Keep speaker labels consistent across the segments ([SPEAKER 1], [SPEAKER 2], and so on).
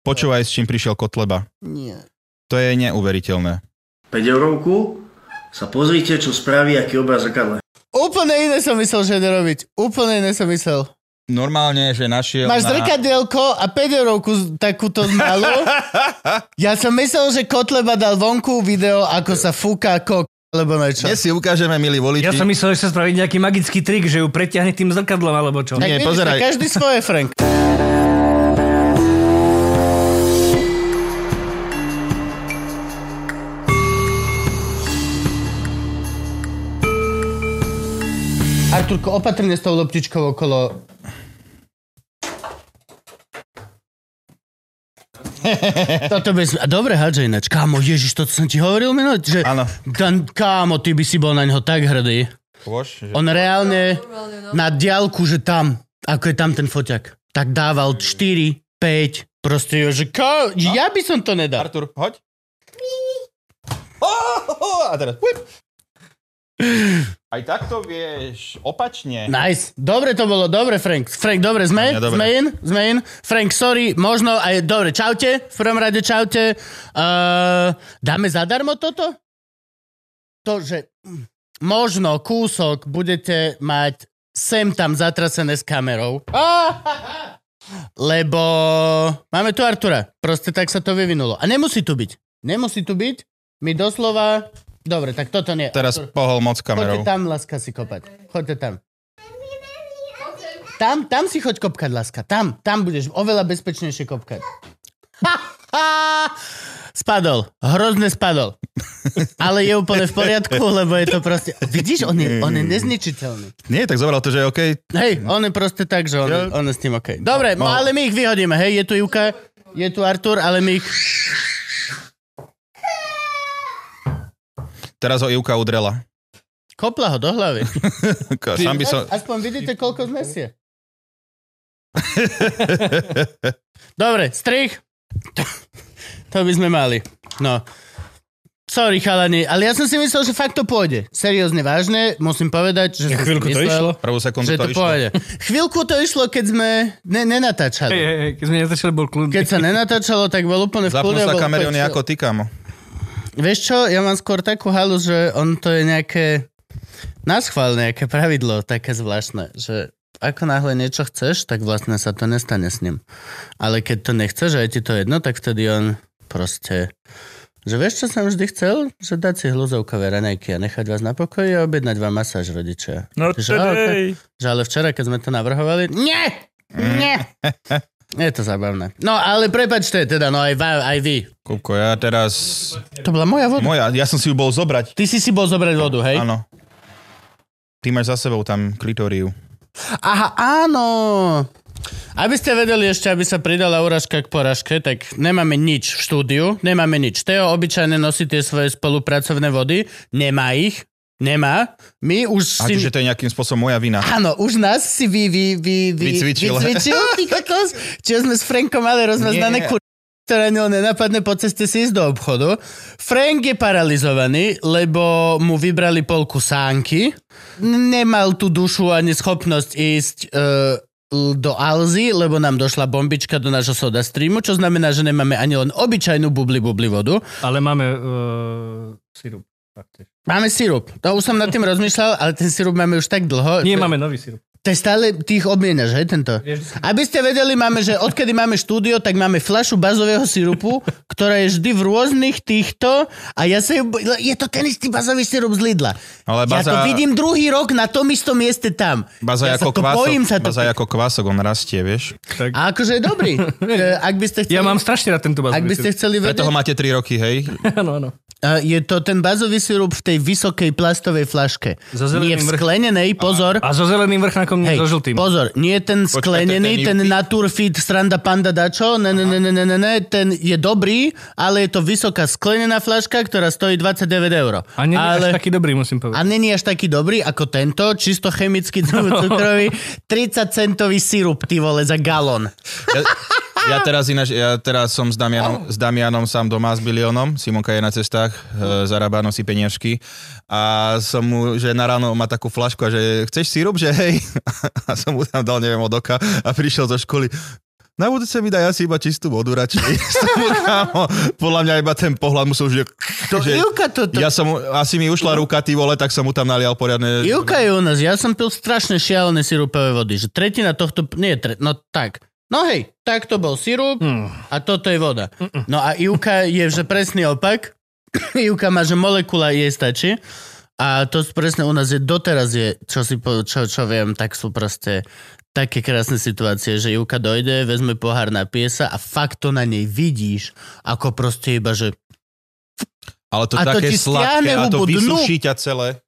[SPEAKER 1] Počúvaj, s čím prišiel Kotleba.
[SPEAKER 2] Nie.
[SPEAKER 1] To je neuveriteľné.
[SPEAKER 3] 5 eurovku, sa pozrite, čo spraví, aký obraz zrkadle.
[SPEAKER 2] Úplne iné som myslel, že ide robiť. Úplne iné som myslel.
[SPEAKER 1] Normálne, že našiel
[SPEAKER 2] Máš
[SPEAKER 1] na...
[SPEAKER 2] zrkadielko a 5 eurovku z- takúto malú. Ja som myslel, že Kotleba dal vonku video, ako sa fúka kok, alebo niečo.
[SPEAKER 1] Dnes si ukážeme, milí voliči.
[SPEAKER 4] Ja som myslel, že sa spraviť nejaký magický trik, že ju preťahne tým zrkadlom alebo čo.
[SPEAKER 2] Tak
[SPEAKER 1] Nie,
[SPEAKER 2] vidíš,
[SPEAKER 1] pozeraj.
[SPEAKER 2] tak Každý svoje, Frank. Arturko, opatrne s tou loptičkou okolo. Toto by... sme- a Dobre, hádže ináč. Kámo, ježiš, to som ti hovoril minulý, že...
[SPEAKER 1] Áno.
[SPEAKER 2] Dan, kámo, ty by si bol na ňo tak hrdý.
[SPEAKER 1] Pôž, že...
[SPEAKER 2] On reálne na diálku, že tam, ako je tam ten foťak, tak dával 4, 5, proste, že ko, ja by som to
[SPEAKER 1] No.
[SPEAKER 2] nedal.
[SPEAKER 1] Artur, hoď. Oh, a teraz whip. Aj takto vieš opačne.
[SPEAKER 2] Nice. Dobre to bolo, dobre Frank. Frank, dobre, sme?
[SPEAKER 1] Ja, dobre.
[SPEAKER 2] Sme in? Sme in? Frank, sorry, možno aj... Dobre, čaute, v prvom rade čaute. Uh, dáme zadarmo toto? To, že mm, možno kúsok budete mať sem tam zatrasené s kamerou. Lebo máme tu Artura. Proste tak sa to vyvinulo. A nemusí tu byť. Nemusí tu byť. My doslova... Dobre, tak toto nie.
[SPEAKER 1] Teraz
[SPEAKER 2] Artur.
[SPEAKER 1] pohol moc
[SPEAKER 2] Choďte
[SPEAKER 1] kamerou.
[SPEAKER 2] tam, láska, si kopať. Choďte tam. Tam, tam si choď kopkať, láska. Tam, tam budeš oveľa bezpečnejšie kopkať. Ha, ha! Spadol. Hrozne spadol. Ale je úplne v poriadku, lebo je to proste... Vidíš, on je, on je nezničiteľný.
[SPEAKER 1] Nie, tak zobral to, že OK.
[SPEAKER 2] Hej, on je proste tak, že on,
[SPEAKER 1] Ja-
[SPEAKER 2] on je s tým OK. Dobre,
[SPEAKER 1] No, no.
[SPEAKER 2] no, ale my ich vyhodíme. Hej, je tu Juka, je tu Artur, ale my ich...
[SPEAKER 1] Teraz ho Ivka udrela.
[SPEAKER 2] Kopla ho do hlavy.
[SPEAKER 1] Sám by som...
[SPEAKER 2] Aspoň vidíte, koľko znesie. Dobre, strich. To, to by sme mali. No. Sorry, chalani, ale ja som si myslel, že fakt to pôjde. Seriózne, vážne, musím povedať, že... som
[SPEAKER 4] Ja
[SPEAKER 2] si
[SPEAKER 4] chvíľku to
[SPEAKER 2] myslel,
[SPEAKER 4] išlo.
[SPEAKER 1] Prvú
[SPEAKER 2] Že
[SPEAKER 1] sekundu
[SPEAKER 2] to,
[SPEAKER 1] to, išlo.
[SPEAKER 2] pôjde. Chvíľku to išlo, keď sme ne, nenatáčali.
[SPEAKER 4] Hej, hej, hej, keď sme nezačali, bol kľud.
[SPEAKER 2] Keď sa nenatáčalo, tak bol úplne v
[SPEAKER 1] Zapnú
[SPEAKER 2] kľude.
[SPEAKER 1] sa
[SPEAKER 2] bol
[SPEAKER 1] kamery, on
[SPEAKER 2] úplne
[SPEAKER 1] je
[SPEAKER 2] chill.
[SPEAKER 1] ako ty, kamo.
[SPEAKER 2] Vieš čo, ja mám skôr takú halu, že on to je nejaké naschvál, nejaké pravidlo také zvláštne, že ako náhle niečo chceš, tak vlastne sa to nestane s ním. Ale keď to nechceš a je ti to jedno, tak vtedy on proste... Že vieš, čo som vždy chcel? Že dať si hluzovkové ranejky a nechať vás na pokoji a objednať vám masáž rodičia.
[SPEAKER 4] No
[SPEAKER 2] Že, ale,
[SPEAKER 4] tadej.
[SPEAKER 2] že ale včera, keď sme to navrhovali... Nie! Nie! Je to zábavné. No ale prepačte, teda, no aj, va- aj vy.
[SPEAKER 1] Kúbko, ja teraz...
[SPEAKER 2] To bola moja voda.
[SPEAKER 1] Moja, ja som si ju bol zobrať.
[SPEAKER 2] Ty si si bol zobrať vodu, hej?
[SPEAKER 1] Áno. Ty máš za sebou tam klitoriu.
[SPEAKER 2] Aha, áno. Aby ste vedeli ešte, aby sa pridala úražka k poražke, tak nemáme nič v štúdiu, nemáme nič. Teo obyčajne nosí tie svoje spolupracovné vody, nemá ich, nemá. My už
[SPEAKER 1] A akože
[SPEAKER 2] si...
[SPEAKER 1] že to je nejakým spôsobom moja vina.
[SPEAKER 2] Áno, už nás si vy, vy, vy, vy,
[SPEAKER 1] Vycvičil.
[SPEAKER 2] vycvičil ty kokos, čo sme s Frankom mali rozmaznané
[SPEAKER 1] Nie.
[SPEAKER 2] kur... ktoré ňou nenapadne po ceste si ísť do obchodu. Frank je paralizovaný, lebo mu vybrali polku sánky. Nemal tú dušu ani schopnosť ísť eh, l- do Alzy, lebo nám došla bombička do nášho soda streamu, čo znamená, že nemáme ani len obyčajnú bubli bubli vodu.
[SPEAKER 4] Ale máme uh, sirup. taktiež.
[SPEAKER 2] Máme sirup. To už som nad tým rozmýšľal, ale ten sirup máme už tak dlho.
[SPEAKER 4] Nie,
[SPEAKER 2] že-
[SPEAKER 4] máme nový sirup.
[SPEAKER 2] To je stále, ty ich obmieniaš, hej, tento?
[SPEAKER 4] Vieš,
[SPEAKER 2] Aby ste vedeli, máme, že odkedy máme štúdio, tak máme flašu bazového sirupu, ktorá je vždy v rôznych týchto a ja sa ju... Je to ten istý bazový sirup z Lidla.
[SPEAKER 1] Ale
[SPEAKER 2] Ja to
[SPEAKER 1] baza-
[SPEAKER 2] vidím druhý rok na tom istom mieste tam.
[SPEAKER 1] Baza
[SPEAKER 2] ja
[SPEAKER 1] je ako
[SPEAKER 2] sa to
[SPEAKER 1] kvások,
[SPEAKER 2] bojím sa to...
[SPEAKER 1] baza je ako kvások, on rastie, vieš.
[SPEAKER 4] tak.
[SPEAKER 2] A akože je dobrý. E, Ak by ste chceli...
[SPEAKER 4] Ja mám strašne rád tento
[SPEAKER 2] Ak
[SPEAKER 4] bazový
[SPEAKER 2] by ste
[SPEAKER 4] sirup.
[SPEAKER 2] chceli
[SPEAKER 1] Preto ho
[SPEAKER 2] vedieť,
[SPEAKER 1] máte 3 roky, hej?
[SPEAKER 4] Áno, áno.
[SPEAKER 2] e, je to ten bazový sirup v tej vysokej plastovej flaške.
[SPEAKER 4] So
[SPEAKER 2] Nie
[SPEAKER 4] zeleným
[SPEAKER 2] v
[SPEAKER 4] vrch-
[SPEAKER 2] sklenenej, pozor.
[SPEAKER 4] A so zeleným vrchnákom, nie
[SPEAKER 2] Hej,
[SPEAKER 4] so žltým.
[SPEAKER 2] pozor, nie ten sklenený,
[SPEAKER 1] ten
[SPEAKER 2] ten, Naturfit Stranda Panda Dačo, ne, ne, ne, ne, ne, ne, ne, ten je dobrý, ale je to vysoká sklenená flaška, ktorá stojí 29 eur.
[SPEAKER 4] A nie je
[SPEAKER 2] ale...
[SPEAKER 4] až taký dobrý,
[SPEAKER 2] A
[SPEAKER 4] musím povedať.
[SPEAKER 2] není až taký dobrý ako tento, čisto chemicky
[SPEAKER 4] No.
[SPEAKER 2] cukrový, 30 centový sirup, ty vole, za galón.
[SPEAKER 1] Ja, ja teraz ináč, ja teraz som s Damianom, s Damianom sám doma s Biliónom, Simonka je na cestách, e, zarába, nosí peniažky a som mu, že na ráno má takú flašku a že chceš sirup, že hej? A som mu tam dal, neviem, od oka a prišiel zo školy. Na budúce mi daj asi iba čistú vodu radšej. Som mu, kámo, podľa mňa iba ten pohľad musel, že...
[SPEAKER 2] To
[SPEAKER 1] že
[SPEAKER 2] Ilka to... to...
[SPEAKER 1] ja som, mu- asi mi ušla ruka, ty vole, tak som mu tam nalial poriadne...
[SPEAKER 2] Ilka je u nás, ja som pil strašne šialené sirupové vody, že tretina tohto, nie, tre, no tak. No hej, tak to bol sirup
[SPEAKER 4] Hm,
[SPEAKER 2] a toto je voda. No a Ilka je že presný opak. Ilka má, že molekula jej stačí. A to presne u nás je, doteraz je, čo, si, po- čo, čo viem, tak sú proste také krásne situácie, že Juka dojde, vezme pohár, napije sa a fakt to na nej vidíš, ako proste iba, že
[SPEAKER 1] Ale to
[SPEAKER 2] A to
[SPEAKER 1] také
[SPEAKER 2] ti
[SPEAKER 1] sladké
[SPEAKER 2] stiahne
[SPEAKER 1] a to
[SPEAKER 2] hubu dnu.
[SPEAKER 1] vysuší ťa celé.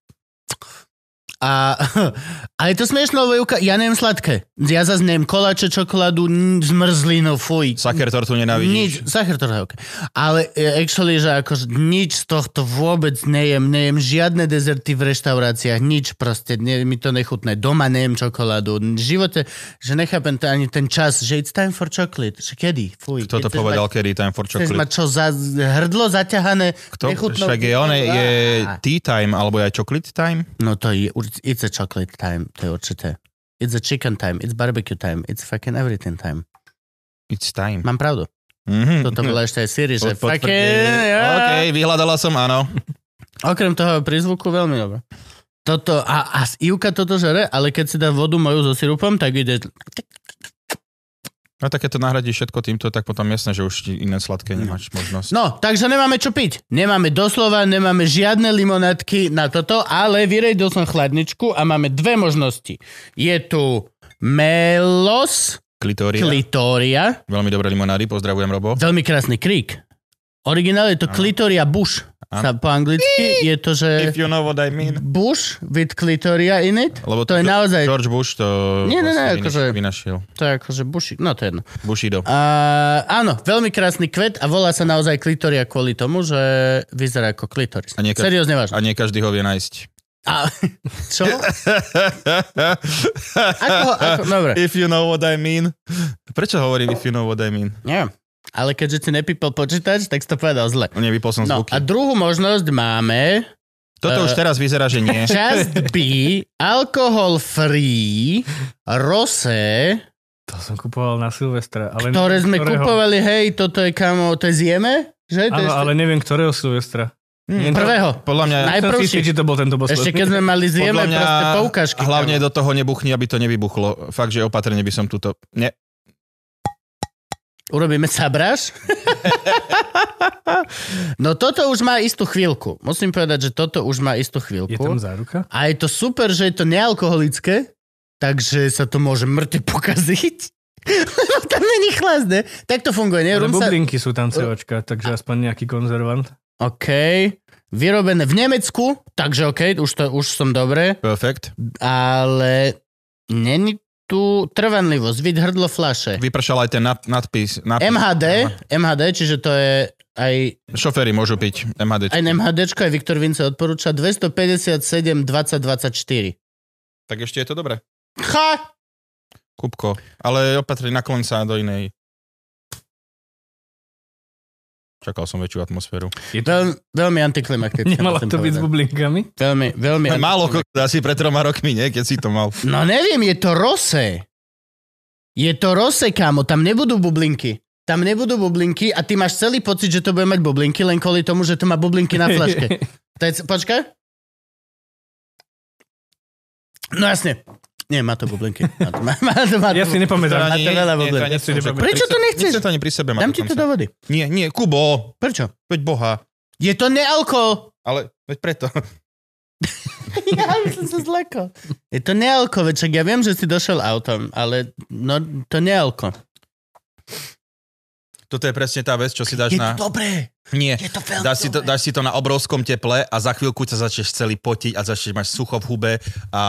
[SPEAKER 2] A, a je to smiešné, lebo Juka, ja neviem sladké. Ja zase neviem koláče, čokoládu, n- zmrzlinu, fuj.
[SPEAKER 1] Saker tortu
[SPEAKER 2] Nič,
[SPEAKER 1] nenavidíš.
[SPEAKER 2] sacher to je okay. Ale e, actually, že akože nič z tohto vôbec nejem, nejem žiadne dezerty v reštauráciách, nič proste, ne, mi to nechutné. Doma nejem čokoládu, v živote, že nechápem to ani ten čas, že it's time for chocolate, že kedy, fuj.
[SPEAKER 1] Toto
[SPEAKER 2] keď chceš
[SPEAKER 1] povedal
[SPEAKER 2] mať-
[SPEAKER 1] kedy, time for
[SPEAKER 2] Chceš
[SPEAKER 1] chocolate.
[SPEAKER 2] mať čo za hrdlo zaťahané,
[SPEAKER 1] Kto?
[SPEAKER 2] nechutnou-
[SPEAKER 1] Však je, on je, je
[SPEAKER 2] Á.
[SPEAKER 1] tea time, alebo aj chocolate time?
[SPEAKER 2] No to je, urč- it's a chocolate time, to je určité. It's a chicken time, it's barbecue time, it's fucking everything time.
[SPEAKER 1] It's time.
[SPEAKER 2] Mám pravdu.
[SPEAKER 1] Mhm.
[SPEAKER 2] Toto bola ešte aj Siri, že
[SPEAKER 1] Pod- pod-
[SPEAKER 2] fucking...
[SPEAKER 1] OK,
[SPEAKER 2] Yeah.
[SPEAKER 1] vyhľadala som, áno.
[SPEAKER 2] Okrem toho pri zvuku veľmi dobre. Toto, a, a s- Ivka toto žere, ale keď si dá vodu moju so sirupom, tak ide...
[SPEAKER 1] No tak keď to nahradíš všetko týmto, tak potom jasné, že už ti iné sladké nemáš možnosť.
[SPEAKER 2] Mm. No, takže nemáme čo piť. Nemáme doslova, nemáme žiadne limonátky na toto, ale vyredil som chladničku a máme dve možnosti. Je tu melos,
[SPEAKER 1] Klitoria.
[SPEAKER 2] klitoria,
[SPEAKER 1] Veľmi dobré limonády, pozdravujem Robo.
[SPEAKER 2] Veľmi krásny krík. Originál je to Clitoria Bush. Sa po anglicky je to, že
[SPEAKER 1] If you know what I mean.
[SPEAKER 2] Bush with Clitoria in it.
[SPEAKER 1] Lebo
[SPEAKER 2] to je naozaj,
[SPEAKER 1] George Bush to
[SPEAKER 2] Nie, nie, nie,
[SPEAKER 1] vlastne
[SPEAKER 2] akože-
[SPEAKER 1] vynaš- vynašiel.
[SPEAKER 2] to je akože Bushi, no to je jedno.
[SPEAKER 1] Bushido.
[SPEAKER 2] A, áno, veľmi krásny kvet a volá sa naozaj Clitoria kvôli tomu, že vyzerá ako klitoris.
[SPEAKER 1] A nie ka-
[SPEAKER 2] Seriózne
[SPEAKER 1] A
[SPEAKER 2] vážne.
[SPEAKER 1] nie každý ho vie nájsť.
[SPEAKER 2] A, čo? Ako, ako, dobre,
[SPEAKER 1] If you know what I mean. Prečo hovorím if you know what I mean?
[SPEAKER 2] neviem. Ale keďže si nepípal počítač, tak si to povedal zle.
[SPEAKER 1] Nevypol som
[SPEAKER 2] No a e,
[SPEAKER 1] zvuky.
[SPEAKER 2] druhú možnosť máme
[SPEAKER 1] Toto už teraz vyzerá, že nie.
[SPEAKER 2] Just be alcohol free rosé,
[SPEAKER 4] To som kupoval na Silvestra. Ale
[SPEAKER 2] ktoré sme
[SPEAKER 4] ktorého-
[SPEAKER 2] kupovali, hej, toto je kamo, to je zjeme? Že? To je
[SPEAKER 4] Áno,
[SPEAKER 2] ešte- Hm,
[SPEAKER 4] ale neviem, ktorého Silvestra. Neviem,
[SPEAKER 2] Prvého.
[SPEAKER 1] Podľa mňa...
[SPEAKER 4] Som
[SPEAKER 2] Najprv
[SPEAKER 4] si istý,
[SPEAKER 2] si-
[SPEAKER 4] či to bol tento posledný.
[SPEAKER 2] Ešte keď sme mali zjeme,
[SPEAKER 1] Podľa mňa
[SPEAKER 2] proste poukážky.
[SPEAKER 1] hlavne
[SPEAKER 2] kamo.
[SPEAKER 1] do toho nebuchni, aby to nevybuchlo. Fakt, že opatrne by som túto... Ne.
[SPEAKER 2] Urobíme sabráž? no toto už má istú chvíľku. Musím povedať, že toto už má istú
[SPEAKER 4] Je tam
[SPEAKER 2] chvíľku.
[SPEAKER 4] záruka?
[SPEAKER 2] A je to super, že je to nealkoholické, takže sa to môže mŕtve pokaziť. Lebo tam není chlásne. Tak to funguje, nie?
[SPEAKER 4] Ale
[SPEAKER 2] Rum sa-
[SPEAKER 4] bublinky sú tam COčka, takže aspoň nejaký konzervant.
[SPEAKER 2] OK. Vyrobené v Nemecku, takže OK, už, to, už som dobre,
[SPEAKER 1] Perfect.
[SPEAKER 2] ale není tu trvanlivosť, vid hrdlo flaše.
[SPEAKER 1] Vypršal aj ten nad, nadpis. nadpis.
[SPEAKER 2] MHD, MHD, čiže to je aj,
[SPEAKER 1] Šoféry môžu piť MHD.
[SPEAKER 2] aj MHD, aj Viktor Vince odporúča 257 2024.
[SPEAKER 1] Tak ešte je to dobré.
[SPEAKER 2] Ha!
[SPEAKER 1] Kupko. Ale opatri naklon sa do inej. Čakal som väčšiu atmosféru.
[SPEAKER 4] Je to...
[SPEAKER 2] Veľ, veľmi antiklimaktické.
[SPEAKER 4] Nemala
[SPEAKER 2] musím
[SPEAKER 4] to byť s
[SPEAKER 2] povedať.
[SPEAKER 4] bublinkami?
[SPEAKER 2] Veľmi, veľmi anti-
[SPEAKER 1] Málo ko- asi pred troma rokmi, nie? Keď si to mal.
[SPEAKER 2] No neviem, je to rose. Je to rose, kámo, tam nebudú bublinky. Tam nebudú bublinky a ty máš celý pocit, že to bude mať bublinky, len kvôli tomu, že to má bublinky na flaške. To je, počkaj. No jasne. Nie, má to bublinky. Má to, má, má to, má to,
[SPEAKER 4] Ja si nepamätám.
[SPEAKER 2] Ani- máte veľa
[SPEAKER 1] nie, to
[SPEAKER 2] bublin.
[SPEAKER 1] ani nechcem, že-
[SPEAKER 2] Prečo to nechceš?
[SPEAKER 1] Nechcem to ani pri sebe. mať,
[SPEAKER 2] Dám ti to
[SPEAKER 1] dokonca.
[SPEAKER 2] do vody.
[SPEAKER 1] Nie, nie, Kubo,
[SPEAKER 2] Prečo?
[SPEAKER 1] veď boha.
[SPEAKER 2] Je to nealkohol.
[SPEAKER 1] Ale veď preto.
[SPEAKER 2] Ja by som sa zlekol. Je to nealko, veď však ja viem, že si došiel autom, ale no, to nealko.
[SPEAKER 1] Toto je presne tá vec, čo si dáš
[SPEAKER 2] Je
[SPEAKER 1] na...
[SPEAKER 2] to dobré.
[SPEAKER 1] Nie,
[SPEAKER 2] Je to veľmi
[SPEAKER 1] dáš si, to,
[SPEAKER 2] dobré.
[SPEAKER 1] dáš si to na obrovskom teple a za chvíľku sa začneš celý potiť a začneš mať sucho v hube a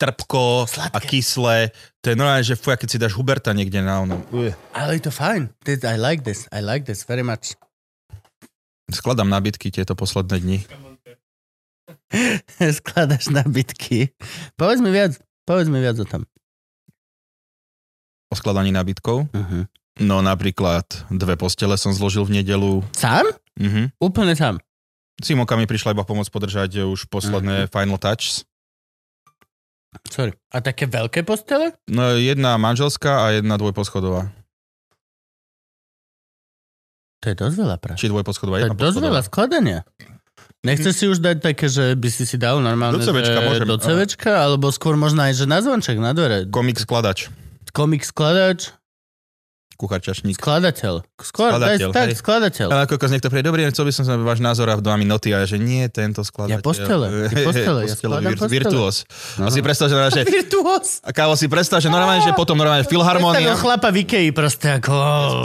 [SPEAKER 1] trpko
[SPEAKER 2] Sladké.
[SPEAKER 1] a kyslé. To je normálne, že fuj, keď si dáš Huberta niekde na onom.
[SPEAKER 2] Ale je to fajn. This- I like this. I like this very much.
[SPEAKER 1] Skladám nábytky tieto posledné dni.
[SPEAKER 2] Skladaš nabitky. Povedz mi viac. Povedz mi viac o tom.
[SPEAKER 1] O skladaní nábytkov.
[SPEAKER 2] Uh-huh.
[SPEAKER 1] No napríklad dve postele som zložil v nedelu.
[SPEAKER 2] Sám?
[SPEAKER 1] Mhm.
[SPEAKER 2] Úplne sám.
[SPEAKER 1] Simonka mi prišla iba pomôcť podržať eh, už posledné Final Touch.
[SPEAKER 2] Sorry. A také veľké postele?
[SPEAKER 1] No jedna manželská a jedna dvojposchodová.
[SPEAKER 2] To je dosť veľa práce.
[SPEAKER 1] Či dvojposchodová,
[SPEAKER 2] To je
[SPEAKER 1] jedna
[SPEAKER 2] dosť veľa
[SPEAKER 1] poschodová.
[SPEAKER 2] skladania. Nechceš si už dať také, že by si si dal normálne
[SPEAKER 1] Do CVčka
[SPEAKER 2] že
[SPEAKER 1] môžem,
[SPEAKER 2] do
[SPEAKER 1] aha.
[SPEAKER 2] CVčka, alebo skôr možno aj, že na zvonček, na dvere.
[SPEAKER 1] Komik skladač,
[SPEAKER 2] Komik skladač,
[SPEAKER 1] kuchár čašník.
[SPEAKER 2] skladateľ. Skôr,
[SPEAKER 1] Skladateľ,
[SPEAKER 2] skladateľ, daj, tak,
[SPEAKER 1] hej.
[SPEAKER 2] skladateľ.
[SPEAKER 1] Ale ako niekto príde, dobrý, chcel by som sa váš názor a dva minúty a ja, že nie, tento skladateľ.
[SPEAKER 2] Ja postele, ty postele, ja skladám
[SPEAKER 1] vir-
[SPEAKER 2] postele.
[SPEAKER 1] Virtuós. A si predstav, že, že
[SPEAKER 2] Virtuos.
[SPEAKER 1] a kávo si predstav, že normálne, že potom normálne
[SPEAKER 2] Predstavil
[SPEAKER 1] filharmónia.
[SPEAKER 2] chlapa v Ikei proste ako...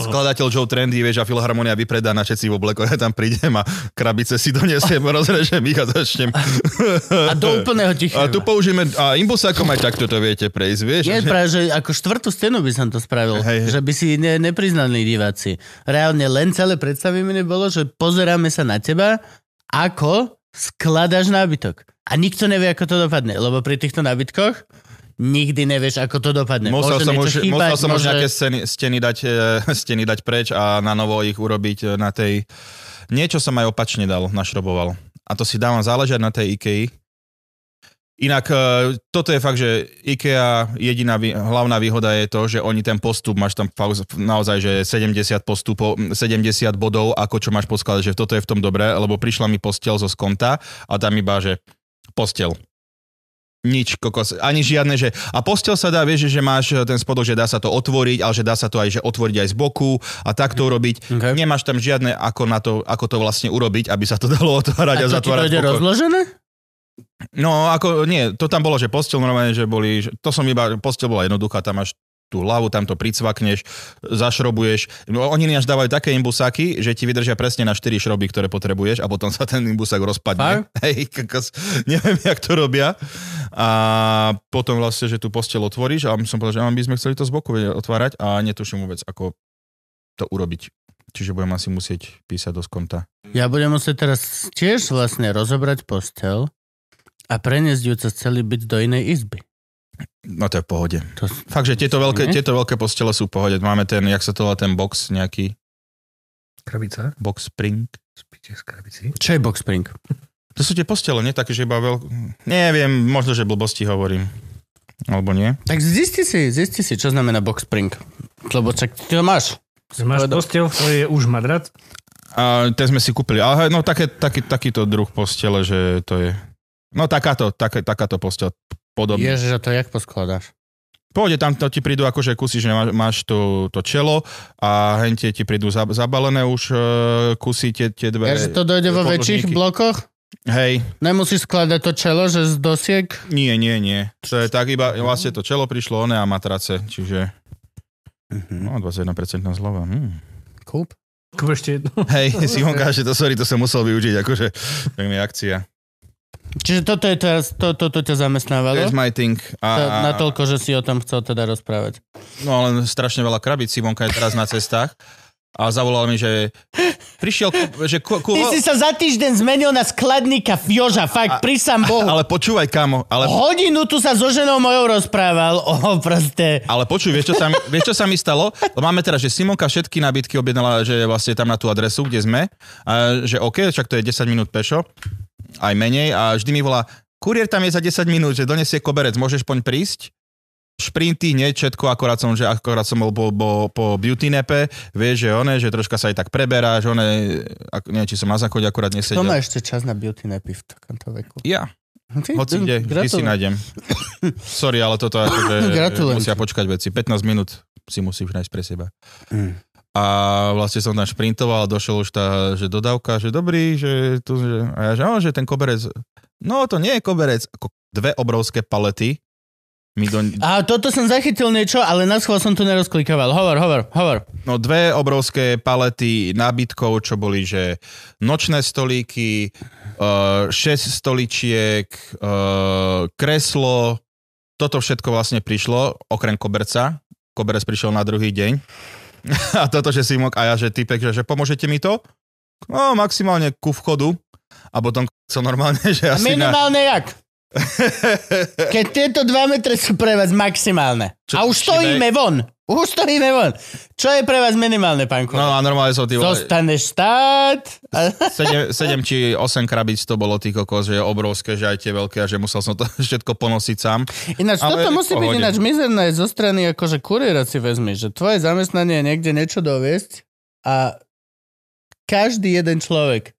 [SPEAKER 1] Skladateľ Joe Trendy, vieš, a filharmonia vypredá na všetci vo bleko, ja tam prídem a krabice si donesiem, rozrežem ich a začnem.
[SPEAKER 2] A do úplného
[SPEAKER 1] A
[SPEAKER 2] tichého.
[SPEAKER 1] tu použijeme, a imbusákom aj takto to viete prejsť, vieš.
[SPEAKER 2] Nie,
[SPEAKER 1] že-
[SPEAKER 2] práve, že ako štvrtú stenu by som to spravil.
[SPEAKER 1] Hej, hej.
[SPEAKER 2] Že by si ne, nepriznali diváci. Reálne len celé predstavenie bolo, že pozeráme sa na teba, ako skladáš nábytok. A nikto nevie, ako to dopadne. Lebo pri týchto nábytkoch nikdy nevieš, ako to dopadne.
[SPEAKER 1] Musel
[SPEAKER 2] Môže
[SPEAKER 1] som,
[SPEAKER 2] niečo
[SPEAKER 1] už,
[SPEAKER 2] chýbať,
[SPEAKER 1] musel som už
[SPEAKER 2] môže-
[SPEAKER 1] nejaké steny, steny, dať, e, steny dať preč a na novo ich urobiť e, na tej... Niečo som aj opačne dal, našroboval. A to si dávam záležať na tej IKEA. Inak e, toto je fakt, že IKEA jediná vý, hlavná výhoda je to, že oni ten postup, máš tam pauz, naozaj, že 70 postupov, 70 bodov, ako čo máš poskladať, že toto je v tom dobré, lebo prišla mi postel zo skonta a tam iba, že postel. Nič, kokos. Ani žiadne, že... A postel sa dá, vieš, že máš eh, ten spodok, že dá sa to otvoriť, ale že dá sa to aj, že otvoriť aj z boku a
[SPEAKER 2] Mm.
[SPEAKER 1] takto urobiť.
[SPEAKER 2] Okay.
[SPEAKER 1] Nemáš tam žiadne, ako, na to, ako to vlastne urobiť, aby sa to dalo otvárať a,
[SPEAKER 2] A to ti to
[SPEAKER 1] zatvárať.
[SPEAKER 2] ide
[SPEAKER 1] pokoj.
[SPEAKER 2] rozložené?
[SPEAKER 1] No, ako, nie, to tam bolo, že postel normálne, že boli, že, to som iba, postel bola jednoduchá, tam máš tú hlavu, tam to pricvakneš, zašrobuješ. No, Oni ináč dávajú také imbusáky, že ti vydržia presne na 4 šroby, ktoré potrebuješ a potom sa ten imbusák rozpadne. Hej, kokos, neviem, jak to robia. A potom vlastne, že tú postel otvoríš a som povedal, že by sme chceli to z boku vedieť otvárať a netuším vôbec, ako to urobiť. Čiže budem asi musieť písať do skonta.
[SPEAKER 2] Ja budem musieť teraz tiež vlastne rozobrať postel a preniesť ju cez celý byt do inej izby.
[SPEAKER 1] No to je v pohode.
[SPEAKER 2] To,
[SPEAKER 1] Fakt, že tieto veľké,
[SPEAKER 2] Nie?
[SPEAKER 1] tieto veľké postele sú v pohode. Máme ten, jak sa to volá, ten box nejaký,
[SPEAKER 5] Krabica?
[SPEAKER 1] box spring.
[SPEAKER 5] Spíte z krabici?
[SPEAKER 2] čo je box spring?
[SPEAKER 1] To sú tie postele, nie? Také, že iba veľké... Neviem, možno, že blbosti hovorím. Alebo nie.
[SPEAKER 2] Tak zisti si, zisti si, čo znamená box spring. Lebo čak ty to máš.
[SPEAKER 4] Máš postel, to je už madrac.
[SPEAKER 1] A ten sme si kúpili. Ale hej, no také, taký, takýto druh postele, že to je... No takáto, taká, takáto postel podobne.
[SPEAKER 2] Ježiš, a to jak poskladáš?
[SPEAKER 1] Pôjde, tam to ti prídu akože kusy, že máš, máš to, to čelo a hente ti prídu za- zabalené už e, kusy tie, tie dve.
[SPEAKER 2] Ja, že to dojde vo
[SPEAKER 1] podložníky.
[SPEAKER 2] väčších blokoch?
[SPEAKER 1] Hej,
[SPEAKER 2] Nemusíš skladať to čelo, že z dosiek?
[SPEAKER 1] Nie, nie, nie. To je tak iba, vlastne to čelo prišlo, one a matrace, čiže... No, 21% zľava. Hm.
[SPEAKER 2] Kúp.
[SPEAKER 4] Kúp ešte jedno.
[SPEAKER 1] Hej, Simonka, že to sorry, to som musel využiť, akože tak mi je akcia.
[SPEAKER 2] Čiže toto je teraz, to, toto ťa
[SPEAKER 1] That's
[SPEAKER 2] zamestnávalo?
[SPEAKER 1] my thing. A,
[SPEAKER 2] To-
[SPEAKER 1] a,
[SPEAKER 2] Natoľko, že si o tom chcel teda rozprávať.
[SPEAKER 1] no len strašne veľa krabíc, Simonka je teraz na cestách. A zavolal mi, že prišiel, ku- že ku, ku,
[SPEAKER 2] Ty si sa za týždeň zmenil na skladníka Joža, fakt, prísam Bohu.
[SPEAKER 1] ale počúvaj, kamo, ale
[SPEAKER 2] Hodinu tu sa so ženou mojou rozprával o proste...
[SPEAKER 1] Ale počuj, vieš čo, sa mi, vieš, čo sa mi stalo? Máme teraz, že Simonka všetky nabitky objednala, že vlastne tam na tú adresu, kde sme, a že OK, však to je 10 minút pešo, aj menej, a vždy mi volá, kuriér tam je za 10 minút, že donesie koberec, môžeš poň prísť? šprinty, nie všetko, akorát som, že akorát som bol po, po, po beauty nepe, vieš, že one, že troška sa aj tak preberá, že one, ak, neviem, či som na záchode akurát
[SPEAKER 2] To
[SPEAKER 1] nesedel.
[SPEAKER 2] má ešte čas na beauty nepy v takomto veku. Hm,
[SPEAKER 1] Ja, hoci kde, vždy si
[SPEAKER 2] Gratulujem.
[SPEAKER 1] nájdem. Sorry, ale toto akože
[SPEAKER 2] Gratulujem.
[SPEAKER 1] musia počkať veci. 15 minút si musíš nájsť pre seba.
[SPEAKER 2] Mm.
[SPEAKER 1] A vlastne som tam šprintoval a došiel už tá, že dodávka, že dobrý, že tu, že, a ja, že, no, že ten koberec, no to nie je koberec, ako dve obrovské palety mi do,
[SPEAKER 2] A toto som zachytil niečo, ale na schvál som to nerozklikával. Hovor, hovor, hovor.
[SPEAKER 1] no dve obrovské palety nábytkov, čo boli, že nočné stolíky, eh, šesť stoličiek, eh, kreslo, toto všetko vlastne prišlo, okrem koberca. Koberec prišiel na druhý deň. A toto, že Simok a ja, že typek, že, že pomôžete mi to? No, maximálne ku vchodu. A potom co normálne, že asi na...
[SPEAKER 2] Minimálne jak? Keď tieto 2 metre sú pre vás maximálne.
[SPEAKER 1] Čo
[SPEAKER 2] a už
[SPEAKER 1] to
[SPEAKER 2] stojíme von. Už stojíme von. Čo je pre vás minimálne, pán
[SPEAKER 1] No a
[SPEAKER 2] Kula?
[SPEAKER 1] normálne som ty... vole-
[SPEAKER 2] Zostaneš stáť. A...
[SPEAKER 1] 7, 7 či 8 krabíc to bolo ty kokos, že je obrovské, že aj tie veľké a že musel som to všetko ponosiť sám.
[SPEAKER 2] Ináč,
[SPEAKER 1] Ale
[SPEAKER 2] toto
[SPEAKER 1] v
[SPEAKER 2] musí byť
[SPEAKER 1] pohode.
[SPEAKER 2] ináč mizerné zo strany akože kuriéra si vezmi, že tvoje zamestnanie je niekde niečo doviesť a každý jeden človek,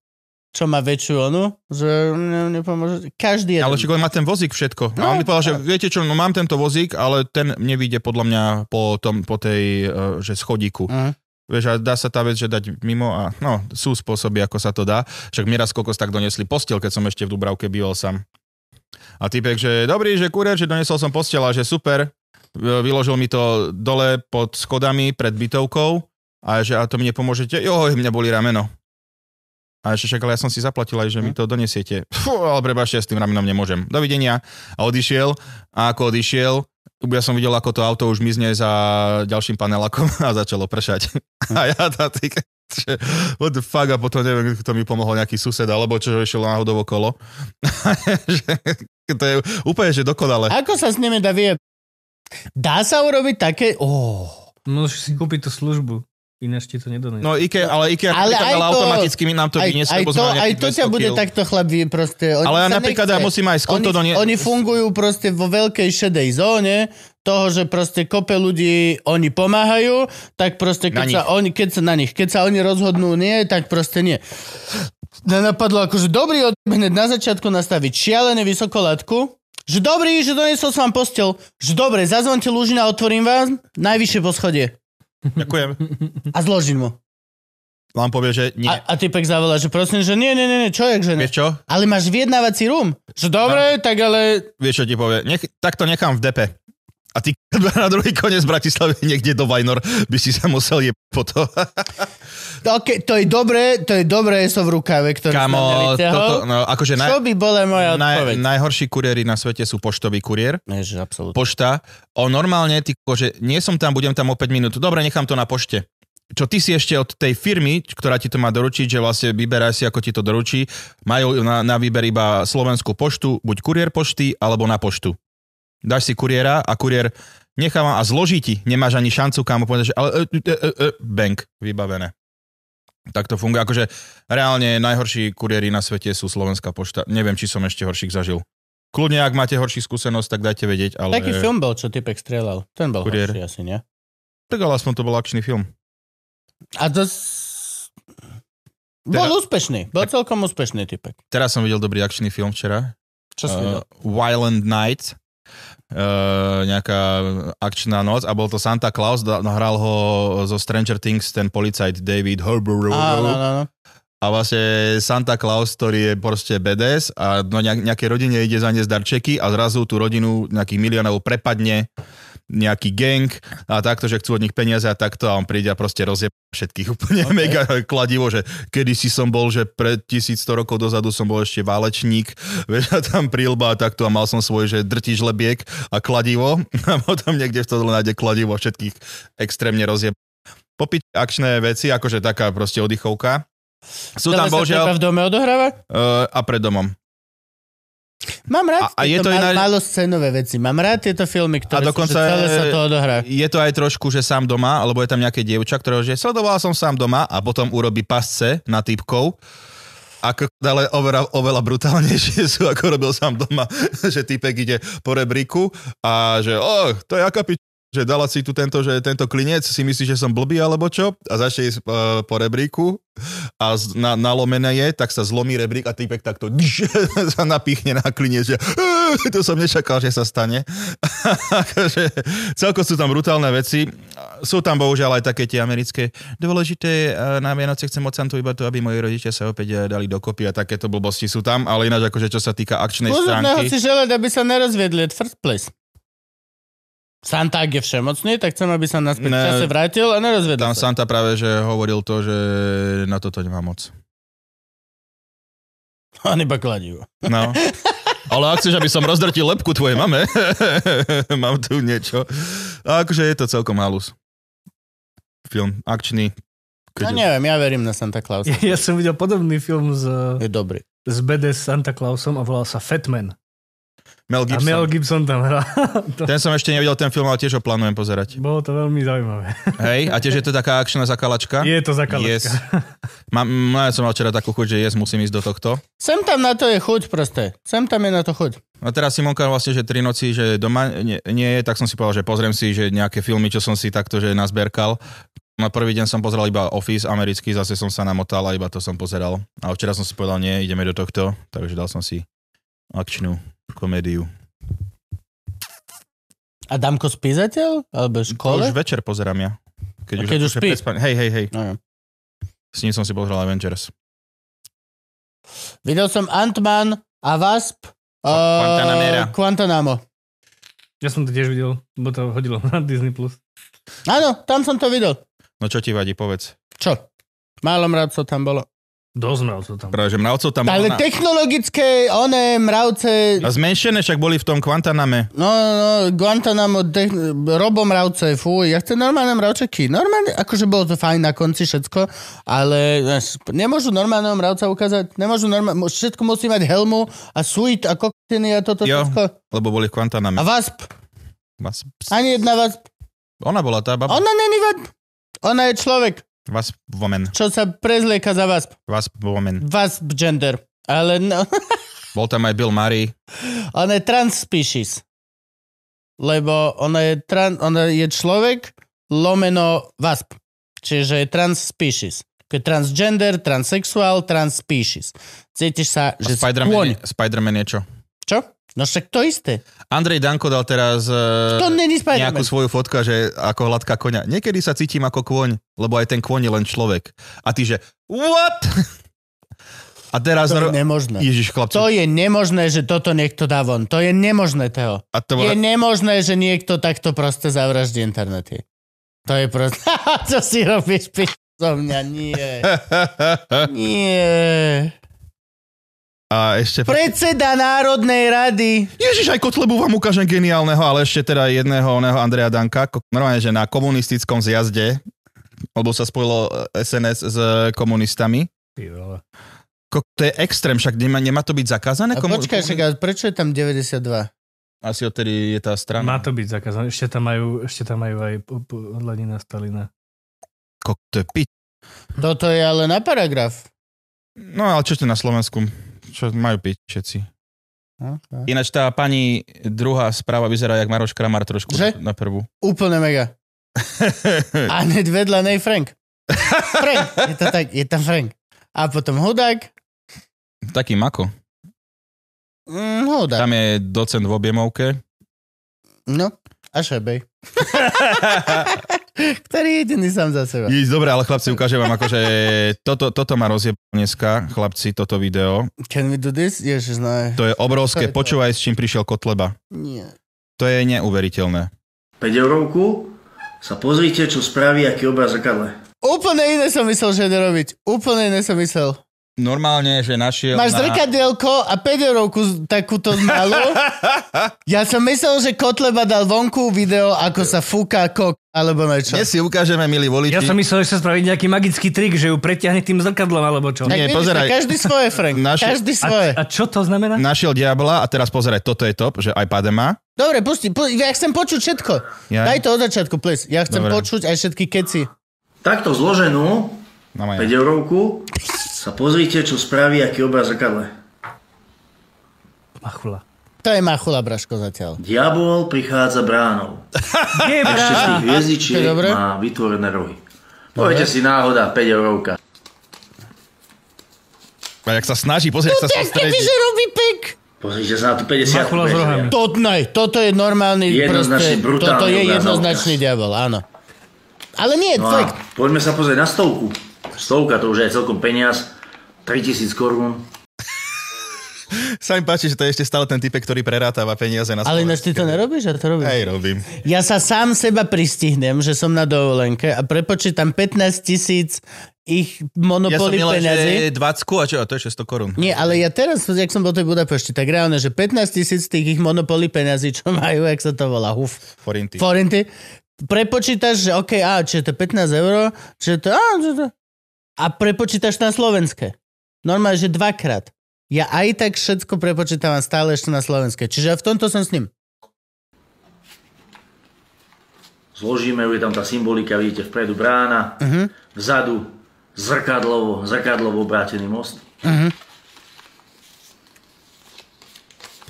[SPEAKER 2] čo má väčšiu onu, že ne, nepomôže. Každý jeden.
[SPEAKER 1] Ale však on má ten vozík všetko.
[SPEAKER 2] No,
[SPEAKER 1] a on mi povedal, že viete čo, no mám tento vozík, ale ten nevíde podľa mňa po, tom, po tej, e, že schodíku.
[SPEAKER 2] Aha.
[SPEAKER 1] Vieš, a dá sa tá vec, že dať mimo a no, sú spôsoby, ako sa to dá. Však mi raz kokos tak donesli postel, keď som ešte v Dubravke býval sám. A typek, že dobrý, že kurier, že donesol som postel a že super. V- Vyložil mi to dole pod schodami pred bytovkou a že a to mi nepomôžete. Joj, mňa boli rameno. A ešte však, ale ja som si zaplatil aj, že mi to donesiete. Fú, ale prebažte, ja s tým ramenom nemôžem. Dovidenia. A odišiel. A ako odišiel, ja som videl, ako to auto už mizne za ďalším panelákom a začalo pršať. A ja tá ty, že what the fuck, a potom neviem, kto mi pomohol nejaký sused, alebo čo že išiel náhodou okolo. Že to je úplne, že dokonale.
[SPEAKER 2] Ako sa s nimi dá vie? Dá sa urobiť také... Oh.
[SPEAKER 4] Môžeš si kúpiť tú službu, ináč ti to nedonesie.
[SPEAKER 1] No Ike, ale Ike
[SPEAKER 2] Ale
[SPEAKER 1] napríklad,
[SPEAKER 2] aj
[SPEAKER 1] ale
[SPEAKER 2] to-
[SPEAKER 1] automaticky mi nám to
[SPEAKER 2] Aj,
[SPEAKER 1] vyniesli,
[SPEAKER 2] aj,
[SPEAKER 1] lebo
[SPEAKER 2] to,
[SPEAKER 1] sme mali
[SPEAKER 2] aj
[SPEAKER 1] nejakých
[SPEAKER 2] to ťa
[SPEAKER 1] 200
[SPEAKER 2] bude
[SPEAKER 1] kil.
[SPEAKER 2] takto chlap vie proste. Oni
[SPEAKER 1] Ale ja
[SPEAKER 2] sa
[SPEAKER 1] napríklad ja
[SPEAKER 2] nechce.
[SPEAKER 1] musím aj z konto
[SPEAKER 2] oni,
[SPEAKER 1] donie...
[SPEAKER 2] oni fungujú proste vo veľkej šedej zóne toho, že proste kope ľudí oni pomáhajú, tak proste keď
[SPEAKER 1] Na
[SPEAKER 2] sa,
[SPEAKER 1] nich.
[SPEAKER 2] oni, keď sa na nich, keď sa oni rozhodnú nie, tak proste nie. Mňa napadlo akože dobrý od hneď na začiatku nastaviť šialené vysokolatku, že dobrý, že doniesol som vám postel, že dobre, zazvonte Lužina, otvorím vám, najvyššie poschodie
[SPEAKER 1] Ďakujem.
[SPEAKER 2] a zložím mu.
[SPEAKER 1] Vám povie, že nie.
[SPEAKER 2] A, a typek zavolá, že prosím, že nie, nie, nie, nie čo je, že nie.
[SPEAKER 1] Vieš čo?
[SPEAKER 2] Ale máš vyjednávací rum. Že dobre, tak ale
[SPEAKER 1] Vieš, čo ti povie? Nech, tak to nechám v depe. A ty na druhý koniec Bratislavy niekde do Vajnor by si sa musel je po to.
[SPEAKER 2] To, okay, to je dobré, to je dobré so v rukáve, ktoré
[SPEAKER 1] Kamo, toto, no, akože
[SPEAKER 2] Čo
[SPEAKER 1] naj,
[SPEAKER 2] by bola moja odpoveď?
[SPEAKER 1] naj, najhorší kuriéri na svete sú poštový kuriér.
[SPEAKER 2] Ježiš, absolútne.
[SPEAKER 1] pošta. On normálne, ty, ko, že nie som tam, budem tam o 5 minút. Dobre, nechám to na pošte. Čo ty si ešte od tej firmy, ktorá ti to má doručiť, že vlastne vyberá si, ako ti to doručí, majú na, na výber iba slovenskú poštu, buď kuriér pošty, alebo na poštu. Dáš si kuriéra a kuriér nechá vám a zloží ti. Nemáš ani šancu, kámo, povedať, že ale, e, e, e, e, bank, vybavené. Tak to funguje. Akože reálne najhorší kuriéri na svete sú slovenská pošta. Neviem, či som ešte horších zažil. Kľudne, ak máte horší skúsenosť, tak dajte vedieť, ale...
[SPEAKER 2] Taký film bol, čo typek strieľal. Ten bol
[SPEAKER 1] eh, Kuriér.
[SPEAKER 2] horší asi, nie?
[SPEAKER 1] Tak ale aspoň to bol akčný film.
[SPEAKER 2] A to... s-
[SPEAKER 1] Teda-
[SPEAKER 2] Bol úspešný. Bol celkom úspešný typek. Eh,
[SPEAKER 1] Teraz som videl dobrý akčný film včera.
[SPEAKER 2] Čo si
[SPEAKER 1] uh, Violent Night. Uh, nejaká akčná noc a bol to Santa Claus, da- hral ho zo Stranger Things ten policajt David Harbour.
[SPEAKER 2] Áno, áno, áno.
[SPEAKER 1] A vlastne Santa Claus, ktorý je proste BDS a no nejak, nejakej rodine ide zaniesť darčeky a zrazu tú rodinu nejakých miliónov prepadne nejaký gang a takto, že chcú od nich peniaze a takto a on príde a proste rozjeb všetkých úplne okay. mega kladivo, že kedysi som bol, že pred 1100 rokov dozadu som bol ešte válečník, vieš, a tam prílba a takto a mal som svoj, že drtiž lebiek a kladivo a potom niekde v to nájde kladivo a všetkých extrémne rozjeb. Popiť akčné veci, akože taká proste oddychovka. Sú tam
[SPEAKER 2] Celé sa
[SPEAKER 1] bohužiaľ
[SPEAKER 2] typa v dome odohráva?
[SPEAKER 1] Uh, a pred domom.
[SPEAKER 2] Mám
[SPEAKER 1] A-
[SPEAKER 2] rád
[SPEAKER 1] a je to
[SPEAKER 2] tieto mal-
[SPEAKER 1] ináč-
[SPEAKER 2] maloscénové veci. Mám rád tieto filmy,
[SPEAKER 1] A
[SPEAKER 2] ktoré
[SPEAKER 1] dokonca
[SPEAKER 2] sú, že celé
[SPEAKER 1] je-
[SPEAKER 2] sa to odohrá.
[SPEAKER 1] Je to aj trošku, že sám doma, alebo je tam nejaké dievča, ktorého, že sledovala som sám doma a potom urobí pasce na typkov. Ako, ale oveľa, oveľa brutálnejšie sú, ako robil sám doma, že typek ide po rebríku a že, oh, to je aká pič že dala si tu tento, že tento klinec, si myslí, že som blbý alebo čo a začne ísť uh, po rebríku a z, na, nalomené je, tak sa zlomí rebrík a typek takto dš, sa napichne na klinec, že "Eh, to som nečakal, že sa stane. akože, celko sú tam brutálne veci. Sú tam bohužiaľ aj také tie americké. Dôležité je, eh, na Vianoce chcem od Santu iba to, aby moji rodičia sa opäť eh, dali dokopy a takéto blbosti sú tam, ale ináč akože čo sa týka akčnej
[SPEAKER 2] Pozorného si
[SPEAKER 1] stránky.
[SPEAKER 2] želať, aby sa nerozviedli at first place. Santa, ak je všemocný, tak chcem, aby sa naspäť v
[SPEAKER 1] Ne.
[SPEAKER 2] čase vrátil a nerozvedol
[SPEAKER 1] Tam
[SPEAKER 2] sa.
[SPEAKER 1] Santa práve, že hovoril to, že na toto nemá moc.
[SPEAKER 2] On iba kladivo.
[SPEAKER 1] No. Ale ak chceš, aby som rozdrtil lepku tvojej mame, mám tu niečo. A akože je to celkom halus. Film, akčný.
[SPEAKER 2] No neviem, ja verím na Santa Clausa.
[SPEAKER 4] Ja som videl podobný film s,
[SPEAKER 2] Je dobrý.
[SPEAKER 4] s BDS Santa Clausom a volal sa Fatman.
[SPEAKER 1] Mel
[SPEAKER 4] A
[SPEAKER 1] Gibson.
[SPEAKER 4] Mel Gibson tam hral. to,
[SPEAKER 1] Ten som ešte nevidel ten film, ale tiež ho plánujem pozerať.
[SPEAKER 4] bolo to veľmi zaujímavé.
[SPEAKER 1] Hej, a tiež je to taká akčná zakalačka.
[SPEAKER 4] Je to zakalačka.
[SPEAKER 1] Yes. Mám, no, ja som mal včera takú chuť, že jes, musím ísť do tohto.
[SPEAKER 2] Sem tam na to je chuť proste. Sem tam je na to chuť.
[SPEAKER 1] A teraz Simonka vlastne, že tri noci, že doma nie, nie je, tak som si povedal, že pozriem si, že nejaké filmy, čo som si takto, že nazberkal. Na prvý deň som pozeral iba Office americký, zase som sa namotal a iba to som pozeral. A včera som si povedal, nie, ideme do tohto, takže dal som si akčnú komédiu.
[SPEAKER 2] A Damko spízateľ? Alebo
[SPEAKER 1] To už
[SPEAKER 2] škole?
[SPEAKER 1] večer pozerám ja.
[SPEAKER 2] A keď už
[SPEAKER 1] akože
[SPEAKER 2] spí.
[SPEAKER 1] pred spaním- Hej, hej, hej.
[SPEAKER 2] No, jo.
[SPEAKER 1] S ním som si pozeral Avengers.
[SPEAKER 2] Videl som Ant-Man a Wasp. eh,
[SPEAKER 1] Guantanamera.
[SPEAKER 2] Guantanamo.
[SPEAKER 4] Ja som to tiež videl, bo to hodilo na Disney+. Plus.
[SPEAKER 2] Áno, tam som to videl.
[SPEAKER 1] No čo ti vadí, povedz.
[SPEAKER 2] Čo? Málo mravcov tam bolo.
[SPEAKER 4] Dosť mrav to tam.
[SPEAKER 1] Práve, že mravcov tam... bolo
[SPEAKER 2] Ale
[SPEAKER 1] na-
[SPEAKER 2] technologické, one, mravce,
[SPEAKER 1] A zmenšené však boli v tom Guantaname.
[SPEAKER 2] no, no, Guantanamo, de- robo mravce, fuj, ja chcem normálne mravčeky. Normálne, akože bolo to fajn na konci všetko, ale vieš, nemôžu normálneho mravca ukázať, nemôžu normálne, všetko musí mať helmu a suit a koktiny a toto
[SPEAKER 1] Jo.
[SPEAKER 2] všetko.
[SPEAKER 1] Lebo boli v
[SPEAKER 2] A
[SPEAKER 1] Guantaname.
[SPEAKER 2] vasp,
[SPEAKER 1] Vás...
[SPEAKER 2] ani jedna vasp.
[SPEAKER 1] Ona bola tá baba.
[SPEAKER 2] Ona není vasp. Ona je človek,
[SPEAKER 1] Vás woman.
[SPEAKER 2] čo sa prezlieka za vasp.
[SPEAKER 1] Vás woman.
[SPEAKER 2] Vasp gender. Ale no,
[SPEAKER 1] Bol tam aj Bill Murray.
[SPEAKER 2] Ona je trans species. Lebo ona je, tran, ona je človek lomeno wasp. Čiže je trans species. Keď je transgender, transsexuál, trans species. Cítiš sa,
[SPEAKER 1] A
[SPEAKER 2] že si kôň.
[SPEAKER 1] Spider-Man, je- Spider-Man je čo?
[SPEAKER 2] Čo? No však to isté.
[SPEAKER 1] Andrej Danko dal teraz eh,
[SPEAKER 2] To není Spider-Man.
[SPEAKER 1] nejakú svoju fotku, že ako hladká koňa. Niekedy sa cítim ako kôň, lebo aj ten kôň je len človek. A ty, že what? A teraz...
[SPEAKER 2] To je
[SPEAKER 1] ro-
[SPEAKER 2] nemožné.
[SPEAKER 1] Ježiš, chlapci.
[SPEAKER 2] To je nemožné, že toto niekto dá von. To je nemožné, Teo.
[SPEAKER 1] A to bola...
[SPEAKER 2] Je nemožné, že niekto takto proste zavraždí internety. To je proste... Čo si robíš, pič? zo mňa? Nie. Nie.
[SPEAKER 1] A ešte...
[SPEAKER 2] Predseda Národnej rady.
[SPEAKER 1] Ježiš, aj Kotlebu vám ukážem geniálneho, ale ešte teda jedného oného Andreja Danka. Ko- Normálne, že na komunistickom zjazde, lebo sa spojilo eh, SNS s komunistami.
[SPEAKER 4] Ty vole.
[SPEAKER 1] Ko- To je extrém, však nemá, nemá to byť zakázané?
[SPEAKER 2] A počkaj, však, ale prečo je tam 92?
[SPEAKER 1] Asi odtedy je tá
[SPEAKER 4] Má
[SPEAKER 1] strana.
[SPEAKER 4] to byť zakázané. Ešte tam majú, ešte tam majú aj po- po- odlanina Stalina.
[SPEAKER 1] Ko- to je pič.
[SPEAKER 2] Toto je ale na paragraf.
[SPEAKER 1] No ale čo to na Slovensku? Čo majú piť všetci?
[SPEAKER 2] No,
[SPEAKER 1] Ináč tá pani druhá správa vyzerá jak Maroš Kramar trošku
[SPEAKER 2] Že?
[SPEAKER 1] na prvú.
[SPEAKER 2] Úplne mega. A hneď vedľa nej Frank. Frank. Je to tak, je tam Frank. A potom Hudák.
[SPEAKER 1] Taký mako.
[SPEAKER 2] Mm, hudák.
[SPEAKER 1] Tam je docent v objemovke.
[SPEAKER 2] No. A Šebej. Ktorý je jediný sám za seba.
[SPEAKER 1] Ježiš, dobre, ale chlapci, ukážem vám, akože toto, toto ma rozjeb dneska, chlapci, toto video.
[SPEAKER 2] Can we do this? Ježiš, no.
[SPEAKER 1] To je obrovské.
[SPEAKER 2] To je to.
[SPEAKER 1] Počúvaj, s čím prišiel Kotleba.
[SPEAKER 2] Nie.
[SPEAKER 1] To je neuveriteľné.
[SPEAKER 3] 5 eurovku, sa pozrite, čo spraví, aký obraz v zrkadle.
[SPEAKER 2] Úplne iné som myslel, že ide robiť. Úplne iné som myslel.
[SPEAKER 1] Normálne, že našiel
[SPEAKER 2] Máš
[SPEAKER 1] na...
[SPEAKER 2] zrkadielko a 5 eurovku z- takúto malú. Ja som myslel, že Kotleba dal vonku video, ako sa fúka kok, alebo niečo.
[SPEAKER 1] Dnes si ukážeme, milí voliči.
[SPEAKER 4] Ja som myslel, že sa spraviť nejaký magický trik, že ju preťahne tým zrkadlom alebo čo.
[SPEAKER 2] Tak
[SPEAKER 1] Nie,
[SPEAKER 2] vidíš,
[SPEAKER 1] pozeraj.
[SPEAKER 2] tak Každý svoje, Frank.
[SPEAKER 1] Naše-
[SPEAKER 2] Každý
[SPEAKER 4] A,
[SPEAKER 2] svoje.
[SPEAKER 4] a čo to znamená?
[SPEAKER 1] Našiel diabla a teraz pozeraj, toto je top, že iPad má.
[SPEAKER 2] Dobre, pusti, pusti. Ja chcem počuť všetko.
[SPEAKER 1] Ja-
[SPEAKER 2] Daj to od začiatku, please. Ja chcem
[SPEAKER 1] Dobre.
[SPEAKER 2] počuť aj všetky keci.
[SPEAKER 3] Takto zloženú
[SPEAKER 1] Na No, maja.
[SPEAKER 3] 5 eurovku, sa pozrite, čo spraví, aký obraz v zrkadle.
[SPEAKER 4] Machula.
[SPEAKER 2] To je machula, Braško, zatiaľ.
[SPEAKER 3] Diabol prichádza bránou.
[SPEAKER 4] Nie,
[SPEAKER 3] A ešte z
[SPEAKER 4] brá.
[SPEAKER 3] tých hviezdičiek
[SPEAKER 2] To je dobré.
[SPEAKER 3] má vytvorené rohy. Poviete si náhoda, 5 eurovka.
[SPEAKER 1] A jak sa snaží, pozri, jak sa
[SPEAKER 2] Kedy,
[SPEAKER 1] sústredí.
[SPEAKER 2] že No robí pik?
[SPEAKER 3] Pozrite sa na tú 50
[SPEAKER 4] Machula s rohami.
[SPEAKER 2] To, ne, toto je normálny...
[SPEAKER 3] Jednoznačný,
[SPEAKER 2] proste,
[SPEAKER 3] brutálny
[SPEAKER 2] Toto je
[SPEAKER 3] obraz na
[SPEAKER 2] jednoznačný
[SPEAKER 3] obraz.
[SPEAKER 2] diabol, áno. Ale nie,
[SPEAKER 3] No a
[SPEAKER 2] fakt.
[SPEAKER 3] poďme sa pozrieť na stovku. Stovka to už je celkom peniaz. 3000 korún.
[SPEAKER 1] Sa mi páči, že to je ešte stále ten typek, ktorý prerátava peniaze na
[SPEAKER 2] Ale
[SPEAKER 1] Slovensku.
[SPEAKER 2] ináč ty to nerobíš, ja to robím.
[SPEAKER 1] Hej, robím.
[SPEAKER 2] Ja sa sám seba pristihnem, že som na dovolenke a prepočítam 15 tisíc ich
[SPEAKER 1] Ja som
[SPEAKER 2] monopoly ja
[SPEAKER 1] milé,
[SPEAKER 2] peňazí.
[SPEAKER 1] že 20 a čo, a to je 600 korún.
[SPEAKER 2] Nie, ale ja teraz, jak som bol v tej Budapešti, tak reálne, že 15 tisíc tých ich monopoly peňazí, čo majú, jak sa to volá, huf,
[SPEAKER 1] Forinty.
[SPEAKER 2] forinty, prepočítaš, že OK, a čiže to je 15 eur, čiže to, a, čiže to, a prepočítaš na slovenské. Normálne, že dvakrát. Ja aj tak všetko prepočítam a stále ešte na slovenské. Čiže v tomto som s ním.
[SPEAKER 3] Zložíme ju, je tam tá symbolika, vidíte, vpredu brána, uh-huh.
[SPEAKER 2] Mhm.
[SPEAKER 3] vzadu zrkadlovo, zrkadlovo obrátený most.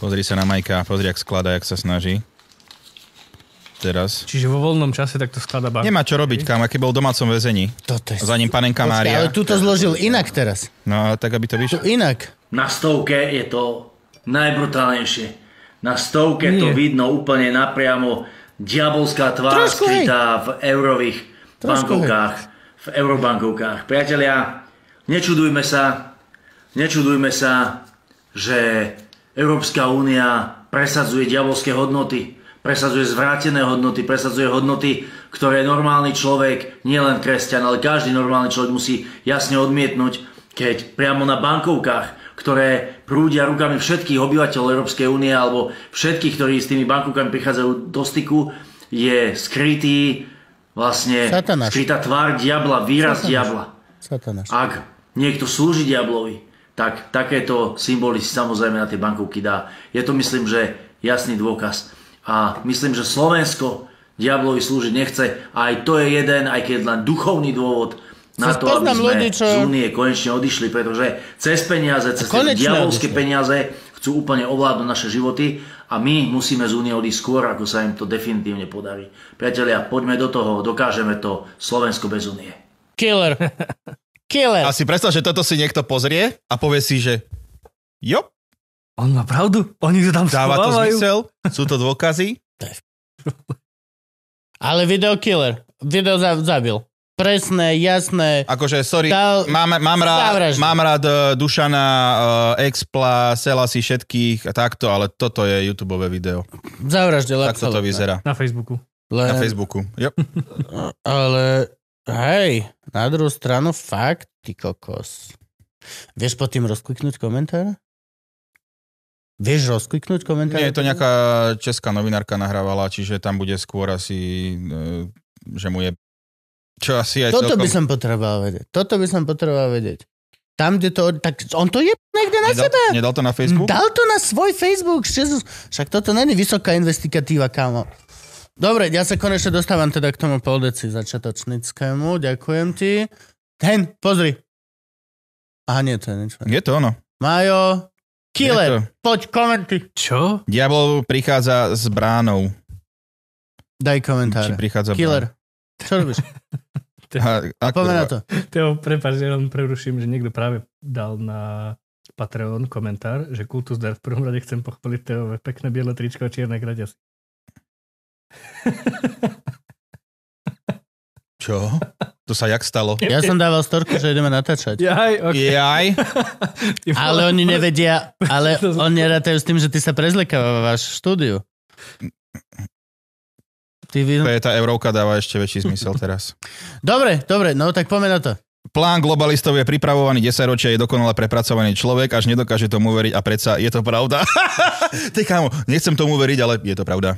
[SPEAKER 1] Pozri sa na Majka, pozri, jak sklada, jak sa snaží. teraz.
[SPEAKER 4] Čiže vo voľnom čase takto skladá bank.
[SPEAKER 1] Nemá čo robiť, kam, aký bol v domácom väzení.
[SPEAKER 2] Toto je...
[SPEAKER 1] Za ním panenka
[SPEAKER 2] Počkaj,
[SPEAKER 1] Mária.
[SPEAKER 2] ale tu to zložil inak teraz.
[SPEAKER 1] No, tak aby to vyšlo.
[SPEAKER 2] Tu inak.
[SPEAKER 3] Na stovke je to najbrutálnejšie. Na stovke
[SPEAKER 4] Nie.
[SPEAKER 3] to vidno úplne napriamo. Diabolská tvár
[SPEAKER 2] Trošku, hej.
[SPEAKER 3] skrytá v eurových
[SPEAKER 2] Trošku,
[SPEAKER 3] bankovkách. V eurobankovkách. Priatelia, nečudujme sa, nečudujme sa, že Európska únia presadzuje diabolské hodnoty, presadzuje zvrátené hodnoty, presadzuje hodnoty, ktoré normálny človek, nielen kresťan, ale každý normálny človek musí jasne odmietnúť, keď priamo na bankovkách, ktoré prúdia rukami všetkých obyvateľov Európskej únie alebo všetkých, ktorí s tými bankovkami prichádzajú do styku, je skrytý vlastne
[SPEAKER 2] Satanáš.
[SPEAKER 3] skrytá tvár diabla, výraz
[SPEAKER 2] Satanáš.
[SPEAKER 3] diabla.
[SPEAKER 2] Satanáš.
[SPEAKER 3] Ak niekto slúži diablovi, tak takéto symboly si samozrejme na tie bankovky dá. Je to myslím, že jasný dôkaz. A myslím, že Slovensko diablovi slúžiť nechce. A aj to je jeden, aj keď len duchovný dôvod na
[SPEAKER 2] Cez
[SPEAKER 3] to, aby
[SPEAKER 2] poznám
[SPEAKER 3] sme
[SPEAKER 2] ľudí, čo-
[SPEAKER 3] z únie konečne odišli, pretože cez peniaze, cez tie
[SPEAKER 2] Konečne
[SPEAKER 3] diabolské
[SPEAKER 2] odišli.
[SPEAKER 3] peniaze chcú úplne ovládnuť naše životy a my musíme z únie odísť skôr, ako sa im to definitívne podarí. Priatelia, poďme do toho, dokážeme to Slovensko bez únie.
[SPEAKER 2] Killer. Killer.
[SPEAKER 1] A si predstav, že toto si niekto pozrie a povie si, že jo,
[SPEAKER 4] On má pravdu? Oni to tam
[SPEAKER 1] dáva to
[SPEAKER 4] schovávajú?
[SPEAKER 1] zmysel, sú to dôkazy.
[SPEAKER 2] Ale video killer. Video za- zabil. Presné, jasné.
[SPEAKER 1] Akože, sorry,
[SPEAKER 2] Dal-
[SPEAKER 1] mám, mám, rád,
[SPEAKER 2] Zavraždil.
[SPEAKER 1] mám rád e, Dušana, e, Expla, Selasi, všetkých a takto, ale toto je YouTube video.
[SPEAKER 2] Zavraždil.
[SPEAKER 1] Tak toto
[SPEAKER 2] absolútne.
[SPEAKER 1] vyzerá
[SPEAKER 4] Na Facebooku.
[SPEAKER 2] Len,
[SPEAKER 1] na Facebooku. Jo.
[SPEAKER 2] Ale hej, na druhú stranu fakt, ty kokos. Vieš pod tým rozkliknúť komentár? Vieš rozkliknúť komentár?
[SPEAKER 1] Nie, je to nejaká česká novinárka nahrávala, čiže tam bude skôr asi, e, že mu je... Čo asi aj
[SPEAKER 2] Toto
[SPEAKER 1] celkom...
[SPEAKER 2] by som potreboval vedieť. Toto by som potreboval vedieť. Tam, kde to... Tak on to je
[SPEAKER 1] No,
[SPEAKER 2] niekde na
[SPEAKER 1] nedal,
[SPEAKER 2] sebe.
[SPEAKER 1] nedal to na Facebook?
[SPEAKER 2] Dal to na svoj Facebook. Jezus. Však toto není vysoká investigatíva, kámo. Dobre, ja sa konečne dostávam teda k tomu poldeci začiatočnickému. Ďakujem ti. Ten, pozri. Aha, nie, to je nič.
[SPEAKER 1] Je to ono.
[SPEAKER 2] Majo,
[SPEAKER 1] Je to.
[SPEAKER 2] killer, poď komenty.
[SPEAKER 4] Čo?
[SPEAKER 1] Diabol prichádza s bránou.
[SPEAKER 2] Daj
[SPEAKER 1] Či
[SPEAKER 2] komentáre.
[SPEAKER 1] prichádza
[SPEAKER 2] Killer. Čo robíš?
[SPEAKER 1] bránou. A, a,
[SPEAKER 2] Pomeň na to.
[SPEAKER 4] Teo, prepáč, ja len preruším, že niekto práve dal na Patreon komentár, že Kultus Dar v prvom rade chcem pochváliť Teové pekné biele tričko a čierne kraťasy.
[SPEAKER 1] Čo? To sa jak stalo?
[SPEAKER 2] Ja som dával storku, že ideme natáčať.
[SPEAKER 4] Jaj, okay.
[SPEAKER 1] Jaj.
[SPEAKER 2] Ale oni nevedia, ale oni nerátajú s tým, že ty sa prezlekávaš v štúdiu. Ty vy...
[SPEAKER 1] To je tá eurovka dáva ešte väčší zmysel teraz.
[SPEAKER 2] Dobre, dobre, no tak poďme na to.
[SPEAKER 1] Plán globalistov je pripravovaný 10 ročia, je dokonale prepracovaný človek, až nedokáže tomu veriť a predsa je to pravda. Ty kámo, nechcem tomu veriť, ale je to pravda.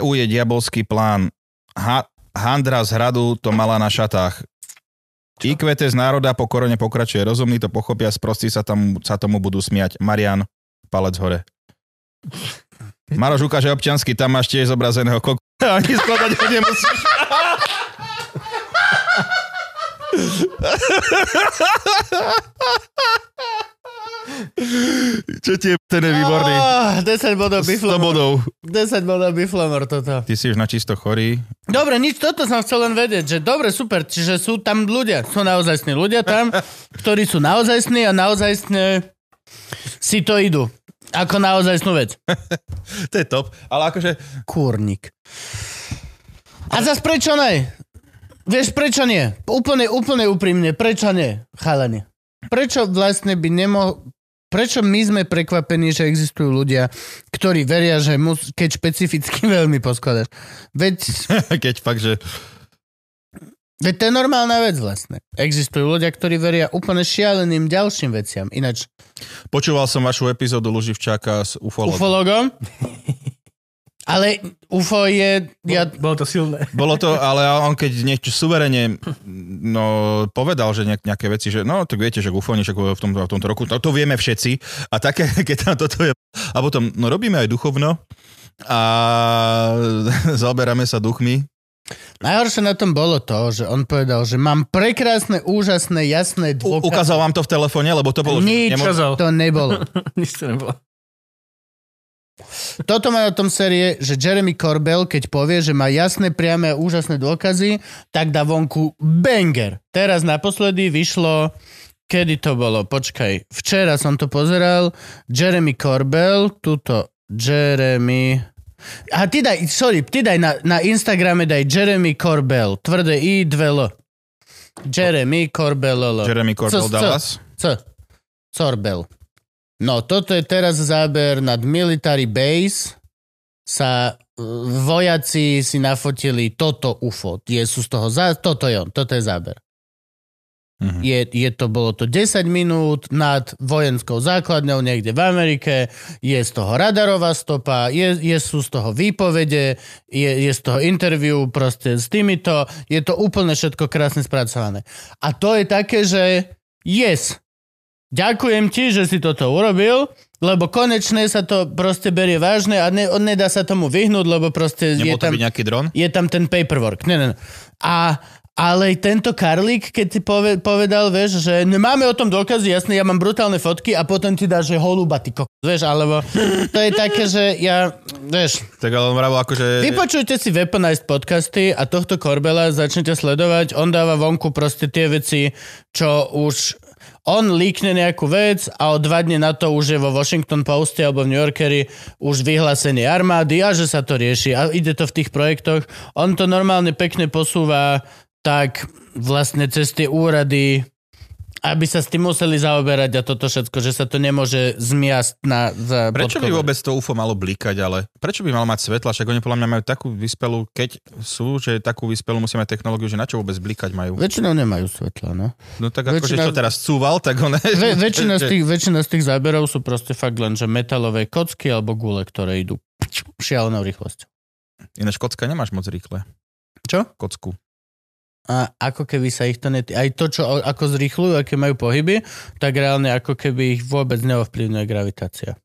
[SPEAKER 1] EU E je diabolský plán. Ha- Handra z hradu to mala na šatách. IQT z národa po korone pokračuje. Rozumní to pochopia, sprostí sa, tam, sa tomu budú smiať. Marian, palec hore. Maroš ukáže občiansky, tam máš tiež zobrazeného kok... Ani skladať ho nemusíš. Čo ti je, ten je výborný.
[SPEAKER 2] Oh, 10 bodov
[SPEAKER 1] 100
[SPEAKER 2] biflomor.
[SPEAKER 1] bodov.
[SPEAKER 2] 10 bodov biflomor toto.
[SPEAKER 1] Ty si už načisto chorý.
[SPEAKER 2] Dobre, nič, toto som chcel len vedieť, že dobre, super, čiže sú tam ľudia, sú naozajstní ľudia tam, ktorí sú naozajstní a naozajstne si to idú. Ako naozajstnú vec.
[SPEAKER 1] To je top. Ale akože...
[SPEAKER 2] Kúrnik. A zas prečo ne? Vieš, prečo nie? Úplne, úplne úprimne, prečo nie, chalani? Prečo vlastne by nemohol... Prečo my sme prekvapení, že existujú ľudia, ktorí veria, že mus... keď špecificky veľmi poskladaš. Veď,
[SPEAKER 1] Keď fakt, že...
[SPEAKER 2] veď to je normálna vec vlastne. Existujú ľudia, ktorí veria úplne šialeným ďalším veciam. Ináč,
[SPEAKER 1] Počúval som vašu epizódu Luživčáka s ufologom.
[SPEAKER 2] ufologom... Ale UFO je... Ja,
[SPEAKER 4] Bolo to silné.
[SPEAKER 1] Bolo to, ale on keď niečo suverene no, povedal, že nejak, nejaké veci, že no, tak viete, že ufoni, že v, tom, v tomto roku, to, to vieme všetci. A také, keď tam toto je... A potom, no robíme aj duchovno a zaoberáme sa duchmi.
[SPEAKER 2] Najhoršie na tom bolo to, že on povedal, že mám prekrásne, úžasné, jasné
[SPEAKER 1] U,
[SPEAKER 2] dôkazy.
[SPEAKER 1] ukázal vám to v telefóne, lebo to bolo... že
[SPEAKER 2] Nič
[SPEAKER 1] nemo-
[SPEAKER 4] Čo zal?
[SPEAKER 2] To nebolo.
[SPEAKER 4] Nič to nebolo.
[SPEAKER 2] Toto má o tom série, že Jeremy Corbell, keď povie, že má jasné, priame a úžasné dôkazy, tak dá vonku banger. Teraz naposledy vyšlo, kedy to bolo, počkaj, včera som to pozeral, Jeremy Corbell, tuto Jeremy... A ty daj, sorry, ty daj na, na Instagrame daj Jeremy Corbell, tvrdé I, dve L. Jeremy Corbell, L.
[SPEAKER 1] Jeremy Corbell
[SPEAKER 2] Co- co-
[SPEAKER 1] Dallas.
[SPEAKER 2] C. Corbel. No, toto je teraz záber nad Military Base. Sa e, vojaci si nafotili toto UFO. Je, sú z toho za, toto je on, toto je záber.
[SPEAKER 1] Mhm.
[SPEAKER 2] Je, je to, bolo to 10 minút nad vojenskou základňou niekde v Amerike, je z toho radarová stopa, je, je sú z toho výpovede, je, je z toho interviu proste s týmito, je to úplne všetko krásne spracované. A to je také, že yes, ďakujem ti, že si toto urobil, lebo konečne sa to proste berie vážne a ne, nedá sa tomu vyhnúť, lebo proste je
[SPEAKER 1] Nebol to
[SPEAKER 2] tam
[SPEAKER 1] byť nejaký dron?
[SPEAKER 2] je tam ten paperwork. Ne, ne, ne. A, ale tento Karlík, keď ti pove, povedal, vieš, že nemáme o tom dôkazy, jasne, ja mám brutálne fotky a potom ti dá, že holuba, ty kokos, vieš, alebo to je také, že ja, vieš,
[SPEAKER 1] Tak ale on vravo akože...
[SPEAKER 2] Vypočujte si Weaponized podcasty a tohto Korbela začnete sledovať. On dáva vonku proste tie veci, čo už... On líkne nejakú vec a o dva dne na to už je vo Washington Poste alebo v New Yorkeri už vyhlásenie armády a že sa to rieši a ide to v tých projektoch. On to normálne pekne posúva tak vlastne cez tie úrady aby sa s tým museli zaoberať a toto všetko, že sa to nemôže zmiasť na... Za
[SPEAKER 1] Prečo by
[SPEAKER 2] podkover.
[SPEAKER 1] vôbec to UFO malo blikať, ale prečo by mal mať svetla? Však oni podľa mňa majú takú vyspelú, keď sú, že takú vyspelú musia mať technológiu, že na čo vôbec blikať majú.
[SPEAKER 2] Väčšinou nemajú svetla, no.
[SPEAKER 1] No tak ako,
[SPEAKER 2] väčšina-
[SPEAKER 1] že čo teraz cúval, tak on...
[SPEAKER 2] Ve, väčšina, z
[SPEAKER 1] že-
[SPEAKER 2] tých, väčšina z tých záberov sú proste fakt len, že metalové kocky alebo gule, ktoré idú šialenou rýchlosťou.
[SPEAKER 1] Ináč kocka nemáš moc rýchle.
[SPEAKER 2] Čo?
[SPEAKER 1] Kocku.
[SPEAKER 2] A ako keby sa ich to net... Aj to, čo o- ako zrýchľujú, aké majú pohyby, tak reálne ako keby ich vôbec neovplyvňuje gravitácia.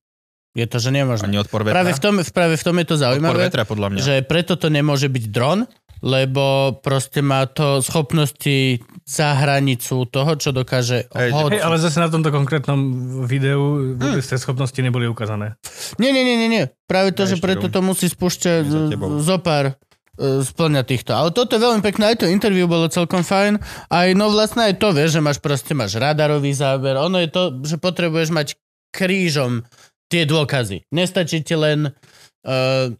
[SPEAKER 2] Je to, že nemožné.
[SPEAKER 1] Ani odpor vetra.
[SPEAKER 2] Práve v, tom, práve v tom je to
[SPEAKER 1] odpor
[SPEAKER 2] zaujímavé,
[SPEAKER 1] vetra podľa mňa. Že...
[SPEAKER 2] že preto to nemôže byť dron, lebo proste má to schopnosti za hranicu toho, čo dokáže
[SPEAKER 1] Hej,
[SPEAKER 2] hodnúť.
[SPEAKER 4] Hej, ale zase na tomto konkrétnom videu vôbec tie schopnosti neboli ukázané.
[SPEAKER 2] Nie, nie, nie, nie, nie. Práve to,
[SPEAKER 1] Ja ešte
[SPEAKER 2] že preto
[SPEAKER 1] rum.
[SPEAKER 2] to musí
[SPEAKER 1] Za
[SPEAKER 2] spúšťať z-
[SPEAKER 1] tebou.
[SPEAKER 2] zo pár e, splňa týchto. Ale toto je veľmi pekné, aj to interview bolo celkom fajn. Aj no vlastne aj to, vieš, že máš proste máš radarový záber. Ono je to, že potrebuješ mať krížom tie dôkazy. Nestačí ti len e,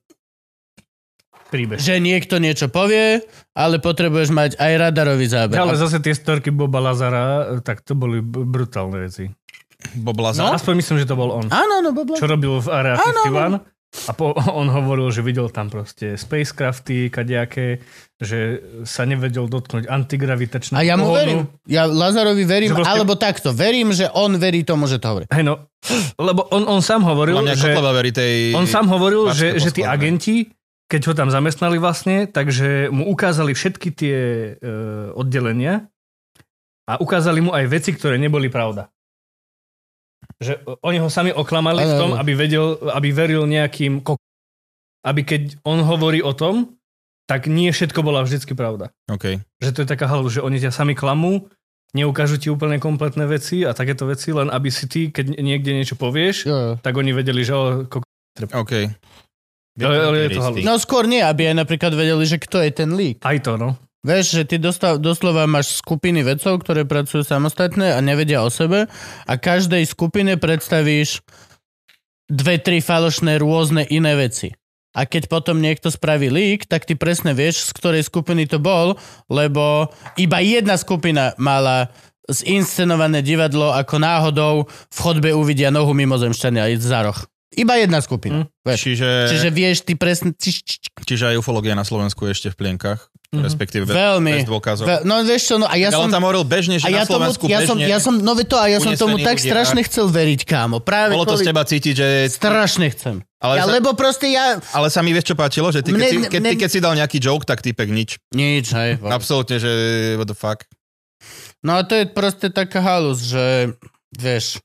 [SPEAKER 4] Príbeh.
[SPEAKER 2] že niekto niečo povie, ale potrebuješ mať aj radarový záber.
[SPEAKER 4] Ale
[SPEAKER 2] A-
[SPEAKER 4] zase tie storky Boba Lazara, tak to boli b- brutálne veci.
[SPEAKER 1] Bob
[SPEAKER 2] No?
[SPEAKER 1] Lazar.
[SPEAKER 4] Aspoň myslím, že to bol on.
[SPEAKER 2] Áno, no, Bobo.
[SPEAKER 4] Čo robil v Area
[SPEAKER 2] Áno,
[SPEAKER 4] 51 a po, on hovoril, že videl tam proste spacecrafty, kadejaké, že sa nevedel dotknúť antigravitačného
[SPEAKER 2] A ja mu
[SPEAKER 4] pôvodu.
[SPEAKER 2] verím. Ja Lazarovi verím,
[SPEAKER 4] Že proste-
[SPEAKER 2] alebo takto. Verím, že on verí tomu, že to hovorí.
[SPEAKER 4] Hej no, lebo on, on sám hovoril,
[SPEAKER 1] Podľa mňa
[SPEAKER 4] že...
[SPEAKER 1] Kotleba verí tej...
[SPEAKER 4] On sám hovoril,
[SPEAKER 1] Vážne
[SPEAKER 4] že, že tí
[SPEAKER 1] poskladané.
[SPEAKER 4] agenti, keď ho tam zamestnali vlastne, takže mu ukázali všetky tie e, oddelenia a ukázali mu aj veci, ktoré neboli pravda. Že o- oni ho sami oklamali v
[SPEAKER 2] Áno,
[SPEAKER 4] tom,
[SPEAKER 2] áno.
[SPEAKER 4] aby vedel, aby veril nejakým kok- aby keď on hovorí o tom, tak nie všetko bola vždycky pravda.
[SPEAKER 1] OK.
[SPEAKER 4] Že to je taká halu, že oni ťa sami klamú, neukážu ti úplne kompletné veci a takéto veci, len aby si ty, keď niekde niečo povieš,
[SPEAKER 2] Jo, jo.
[SPEAKER 4] tak oni vedeli, že o, ko-
[SPEAKER 1] OK.
[SPEAKER 4] Ale- ale je to halus.
[SPEAKER 1] No.
[SPEAKER 2] No skôr nie, aby aj napríklad vedeli, že kto je ten lík.
[SPEAKER 4] Aj to, no.
[SPEAKER 2] Vieš, že ty dostav, doslova máš skupiny vedcov, ktoré pracujú samostatne a nevedia o sebe a každej skupine predstavíš dve, tri falošné rôzne iné veci. A keď potom niekto spraví lík, tak ty presne vieš, z ktorej skupiny to bol, lebo iba jedna skupina mala zinscenované divadlo ako náhodou v chodbe uvidia nohu mimozemšťania za roh. Iba jedna skupina. Vieš.
[SPEAKER 1] Čiže, čiže...
[SPEAKER 2] Čiže vieš, ty presne... Či, či, či,
[SPEAKER 1] čiže aj ufológia na Slovensku je ešte v plienkach. Mm-hmm. Respektíve bez-
[SPEAKER 2] Mhm. Veľmi.
[SPEAKER 1] bez dôkazov.
[SPEAKER 2] ve, no vieš čo, no a ja
[SPEAKER 1] Ja ale on
[SPEAKER 2] som...
[SPEAKER 1] tam hovoril bežne, že
[SPEAKER 2] a ja
[SPEAKER 1] na
[SPEAKER 2] tomu,
[SPEAKER 1] Slovensku
[SPEAKER 2] ja som,
[SPEAKER 1] bežne...
[SPEAKER 2] ja som, no ve to, a ja som
[SPEAKER 1] unesený
[SPEAKER 2] tomu tak
[SPEAKER 1] ľudia.
[SPEAKER 2] strašne chcel veriť, kámo. Práve
[SPEAKER 1] Bolo to z
[SPEAKER 2] kvôli-
[SPEAKER 1] teba cítiť, že...
[SPEAKER 2] Strašne chcem.
[SPEAKER 1] Ale,
[SPEAKER 2] ja,
[SPEAKER 1] sa,
[SPEAKER 2] lebo proste ja...
[SPEAKER 1] ale sa mi vieš, čo páčilo? Že ty, keď,
[SPEAKER 2] Mne-
[SPEAKER 1] si, keď, ty,
[SPEAKER 2] mne-
[SPEAKER 1] keď si dal nejaký joke, tak typek nič.
[SPEAKER 2] Nič, hej.
[SPEAKER 1] Absolútne, že what the fuck.
[SPEAKER 2] No a to je proste taká halus, že vieš,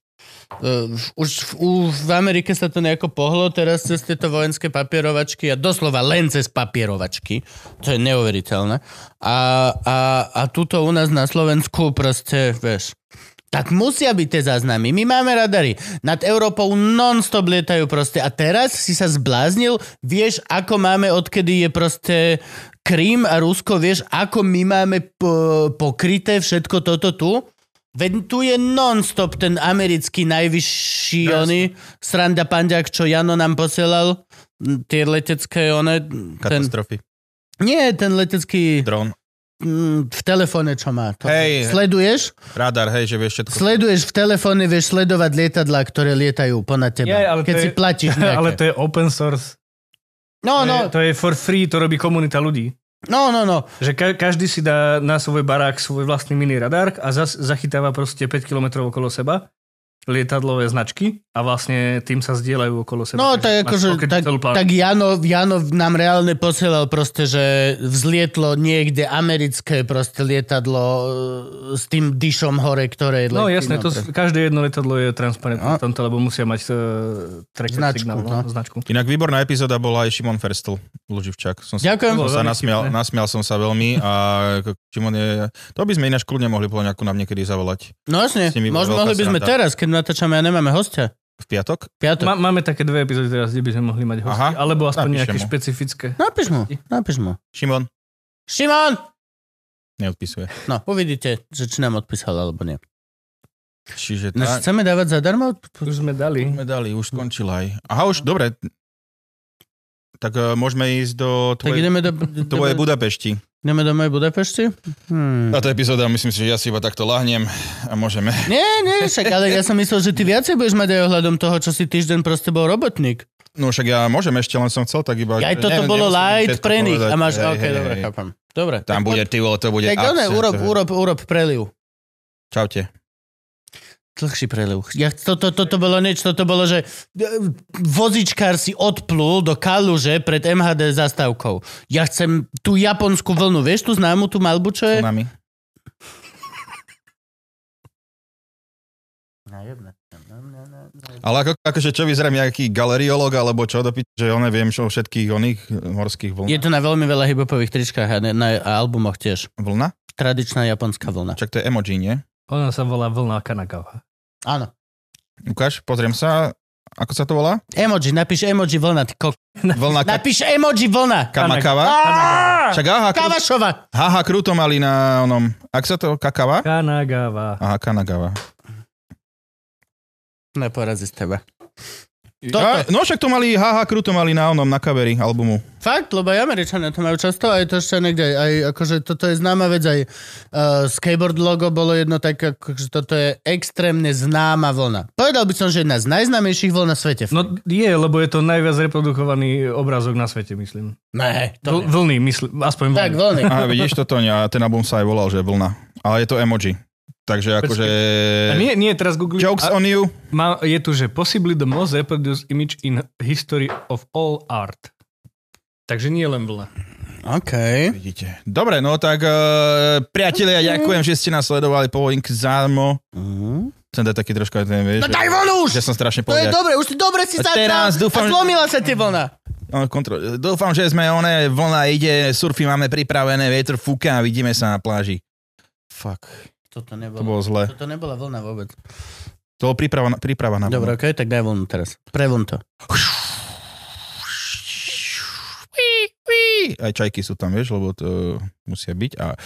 [SPEAKER 2] eh, už v, u, v Amerike sa to nejako pohlo teraz cez tieto vojenské papierovačky a doslova len cez papierovačky. To je neuveriteľné. A, a, a tuto u nás na Slovensku proste, vieš, tak musia byť tie záznamy. My máme radary. Nad Európou non-stop lietajú proste. A teraz si sa zbláznil, vieš, ako máme, odkedy je proste Krím a Rusko, vieš, ako my máme po- pokryté všetko toto tu? Veď tu je non-stop ten americký najvyšší no, oni, sranda pandiak, čo Jano nám posielal, m, tie letecké one, ten,
[SPEAKER 1] Katastrofy.
[SPEAKER 2] nie, ten letecký
[SPEAKER 1] Dron.
[SPEAKER 2] mm, v telefóne, čo má. To.
[SPEAKER 1] Hej.
[SPEAKER 2] Sleduješ?
[SPEAKER 1] Radar, hej, že vieš všetko.
[SPEAKER 2] Sleduješ v telefóne, vieš sledovať lietadlá, ktoré lietajú ponad teba.
[SPEAKER 4] Jaj, ale to
[SPEAKER 2] keď
[SPEAKER 4] je-
[SPEAKER 2] si platíš nejaké.
[SPEAKER 4] Ale to je open source.
[SPEAKER 2] No,
[SPEAKER 4] To
[SPEAKER 2] no,
[SPEAKER 4] je- To je for free, to robí komunita ľudí.
[SPEAKER 2] no, no, no.
[SPEAKER 4] Že ka- každý si dá na svoj barák svoj vlastný mini radar a zas zachytáva proste 5 km okolo seba lietadlové značky a vlastne tým sa zdieľajú okolo seba.
[SPEAKER 2] No,
[SPEAKER 4] Takže
[SPEAKER 2] to je
[SPEAKER 4] máš
[SPEAKER 2] akože,
[SPEAKER 4] pokrytú
[SPEAKER 2] tak,
[SPEAKER 4] celú planetu.
[SPEAKER 2] tak Jano, Jano nám reálne posielal proste, že vzlietlo niekde americké proste lietadlo e, s tým dyšom hore, ktoré
[SPEAKER 4] No
[SPEAKER 2] letí,
[SPEAKER 4] jasné, to,
[SPEAKER 2] pre-
[SPEAKER 4] každé jedno letadlo je transparentné
[SPEAKER 2] No.
[SPEAKER 4] v tomto, lebo musia mať uh, tracker
[SPEAKER 2] Značku,
[SPEAKER 4] signál, no,
[SPEAKER 2] no.
[SPEAKER 4] značku.
[SPEAKER 1] Inak výborná epizóda bola aj Šimon Ferstl, Luživčak. Som sa,
[SPEAKER 2] Ďakujem.
[SPEAKER 1] som sa
[SPEAKER 4] Veľmi
[SPEAKER 1] nasmial,
[SPEAKER 4] vtipné.
[SPEAKER 1] nasmial som sa veľmi a ako Šimon je... To by sme ináč kľudne mohli po nejakú nám niekedy zavolať.
[SPEAKER 2] No jasne,
[SPEAKER 1] s nimi bola
[SPEAKER 2] možno
[SPEAKER 1] veľká
[SPEAKER 2] mohli by sme
[SPEAKER 1] sranda.
[SPEAKER 2] teraz, keď natáčame a nemáme hostia.
[SPEAKER 1] V piatok?
[SPEAKER 2] Piatok.
[SPEAKER 4] Ma, máme také dve epizódy teraz, kde by sme mohli mať hosti,
[SPEAKER 1] Aha,
[SPEAKER 4] alebo aspoň
[SPEAKER 1] napíšem
[SPEAKER 4] nejaké
[SPEAKER 1] mu.
[SPEAKER 4] špecifické.
[SPEAKER 2] Napíš mu, napíš mu.
[SPEAKER 1] Šimon?
[SPEAKER 2] Šimon!
[SPEAKER 1] Neodpisuje.
[SPEAKER 2] No, uvidíte, že či nám odpísal alebo nie.
[SPEAKER 1] Čiže
[SPEAKER 2] No,
[SPEAKER 1] tak...
[SPEAKER 2] chceme dávať zadarmo?
[SPEAKER 4] Už sme dali.
[SPEAKER 1] Sme dali, už skončila aj. Aha, už, dobre. Tak eh, môžeme ísť do
[SPEAKER 2] Tak
[SPEAKER 1] tvojej,
[SPEAKER 2] ideme do,
[SPEAKER 1] tvojej
[SPEAKER 2] do,
[SPEAKER 1] Budapešti.
[SPEAKER 2] ideme do mojej Budapešti? Hmm.
[SPEAKER 1] Táto epizóda, myslím si, že ja si iba takto lahnem a môžeme.
[SPEAKER 2] Nie, nie, však, ale ja som myslel, že ty viacej budeš mať aj ohľadom toho, čo si týždeň proste bol robotník.
[SPEAKER 1] No však ja môžem ešte, len som chcel tak iba...
[SPEAKER 2] Aj toto
[SPEAKER 1] neviem,
[SPEAKER 2] bolo
[SPEAKER 1] nemusím
[SPEAKER 2] light
[SPEAKER 1] všetko
[SPEAKER 2] pre nich.
[SPEAKER 1] povedať.
[SPEAKER 2] A máš,
[SPEAKER 1] Hej,
[SPEAKER 2] ok,
[SPEAKER 1] hej,
[SPEAKER 2] dobre,
[SPEAKER 1] hej.
[SPEAKER 2] chápem. Dobre.
[SPEAKER 1] Tam
[SPEAKER 2] tak
[SPEAKER 1] bude, ty vole, to bude
[SPEAKER 2] Tak
[SPEAKER 1] absent.
[SPEAKER 2] one, urob, urob, urob preliv.
[SPEAKER 1] Čaute.
[SPEAKER 2] Dlhší preliv. Ja, toto, toto to bolo niečo, toto bolo, že e, vozičkár si odplul do kaluže pred MHD zastávkou. Ja chcem tú japonskú vlnu, vieš tú známu, tú malbu, čo je?
[SPEAKER 1] Tsunami. Ale ako, akože čo vyzerá nejaký galeriolog alebo čo dopiť, že on neviem čo o všetkých oných morských vln.
[SPEAKER 2] Je to na veľmi veľa hip-hopových tričkách a, ne, na, a albumoch tiež.
[SPEAKER 1] Vlna?
[SPEAKER 2] Tradičná japonská vlna.
[SPEAKER 1] Čak to je emoji, nie?
[SPEAKER 4] Ona sa volá Vlna Kanagawa.
[SPEAKER 2] Áno.
[SPEAKER 1] Ukáž, pozriem sa, ako sa to volá?
[SPEAKER 2] Emoji, napíš emoji vlna, ty kok...
[SPEAKER 1] Vlna ka-
[SPEAKER 2] Napíš emoji vlna!
[SPEAKER 1] kamakava?
[SPEAKER 2] Á!
[SPEAKER 1] Však aha, krú,
[SPEAKER 2] Kavašova!
[SPEAKER 1] aha, krúto mali na onom, ak sa to, kakava?
[SPEAKER 4] Kanagawa.
[SPEAKER 1] Aha, kanagava.
[SPEAKER 2] Neporazí z teba.
[SPEAKER 1] A, no však to mali, haha, krúto mali na onom, na kaveri albumu.
[SPEAKER 2] Fakt, lebo aj Američania to majú často a je to ešte niekde, aj akože toto je známa vec, aj uh, skateboard logo bolo jedno také, akože toto je extrémne známa vlna. Povedal by som, že jedna z najznámejších vln na svete.
[SPEAKER 4] No je, lebo je to najviac reprodukovaný obrázok na svete, myslím.
[SPEAKER 2] ne, to
[SPEAKER 4] Vl-
[SPEAKER 2] nie.
[SPEAKER 4] vlny, myslím, aspoň vlny.
[SPEAKER 2] Tak, vlny.
[SPEAKER 1] Aha, vidíš toto, nie, a ten album sa aj volal, že vlna. Ale je to emoji. Takže akože...
[SPEAKER 4] A nie, nie, teraz Google.
[SPEAKER 1] Jokes on you.
[SPEAKER 4] Má, je tu, že possibly the most reproduced image in history of all art. Takže nie len vlna.
[SPEAKER 2] OK.
[SPEAKER 1] Vidíte. Dobre, no tak uh, priatelia, ďakujem, že ste nás sledovali po link zámo.
[SPEAKER 2] Mhm.
[SPEAKER 1] Som to taký trošku, ten, vieš,
[SPEAKER 2] No
[SPEAKER 1] že-
[SPEAKER 2] daj vlnu už!
[SPEAKER 1] že som strašne
[SPEAKER 2] To je
[SPEAKER 1] povedal.
[SPEAKER 2] dobre, už si dobre
[SPEAKER 1] A
[SPEAKER 2] si začal
[SPEAKER 1] teraz dúfam,
[SPEAKER 2] a
[SPEAKER 1] že-
[SPEAKER 2] zlomila sa ti vlna.
[SPEAKER 1] No, Kontro- dúfam, že sme oné, vlna ide, surfy máme pripravené, vietor fúka a vidíme sa na pláži. Fuck,
[SPEAKER 2] Toto
[SPEAKER 1] to
[SPEAKER 2] nebolo.
[SPEAKER 1] bolo zle.
[SPEAKER 2] Toto nebola vlna vôbec.
[SPEAKER 1] To bolo príprava na, príprava na
[SPEAKER 2] Dobre, ok, tak daj vlnu teraz. Prevln to.
[SPEAKER 1] Aj čajky sú tam, vieš, lebo to musia byť. A...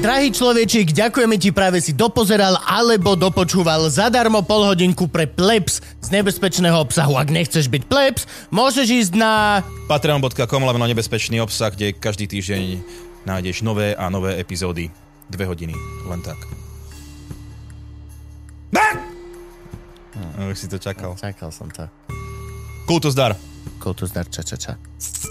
[SPEAKER 2] Drahý človečik, ďakujeme ti, práve si dopozeral alebo dopočúval zadarmo pol hodinku pre plebs z nebezpečného obsahu. Ak nechceš byť plebs, môžeš ísť na...
[SPEAKER 1] Patreon.com, lebo nebezpečný obsah, kde každý týždeň nájdeš nové a nové epizódy. Dve hodiny, len tak. Už si to čakal.
[SPEAKER 2] Čakal som to.
[SPEAKER 1] Hm, Kultus dar.
[SPEAKER 2] Kultus dar, ča, ča, ča.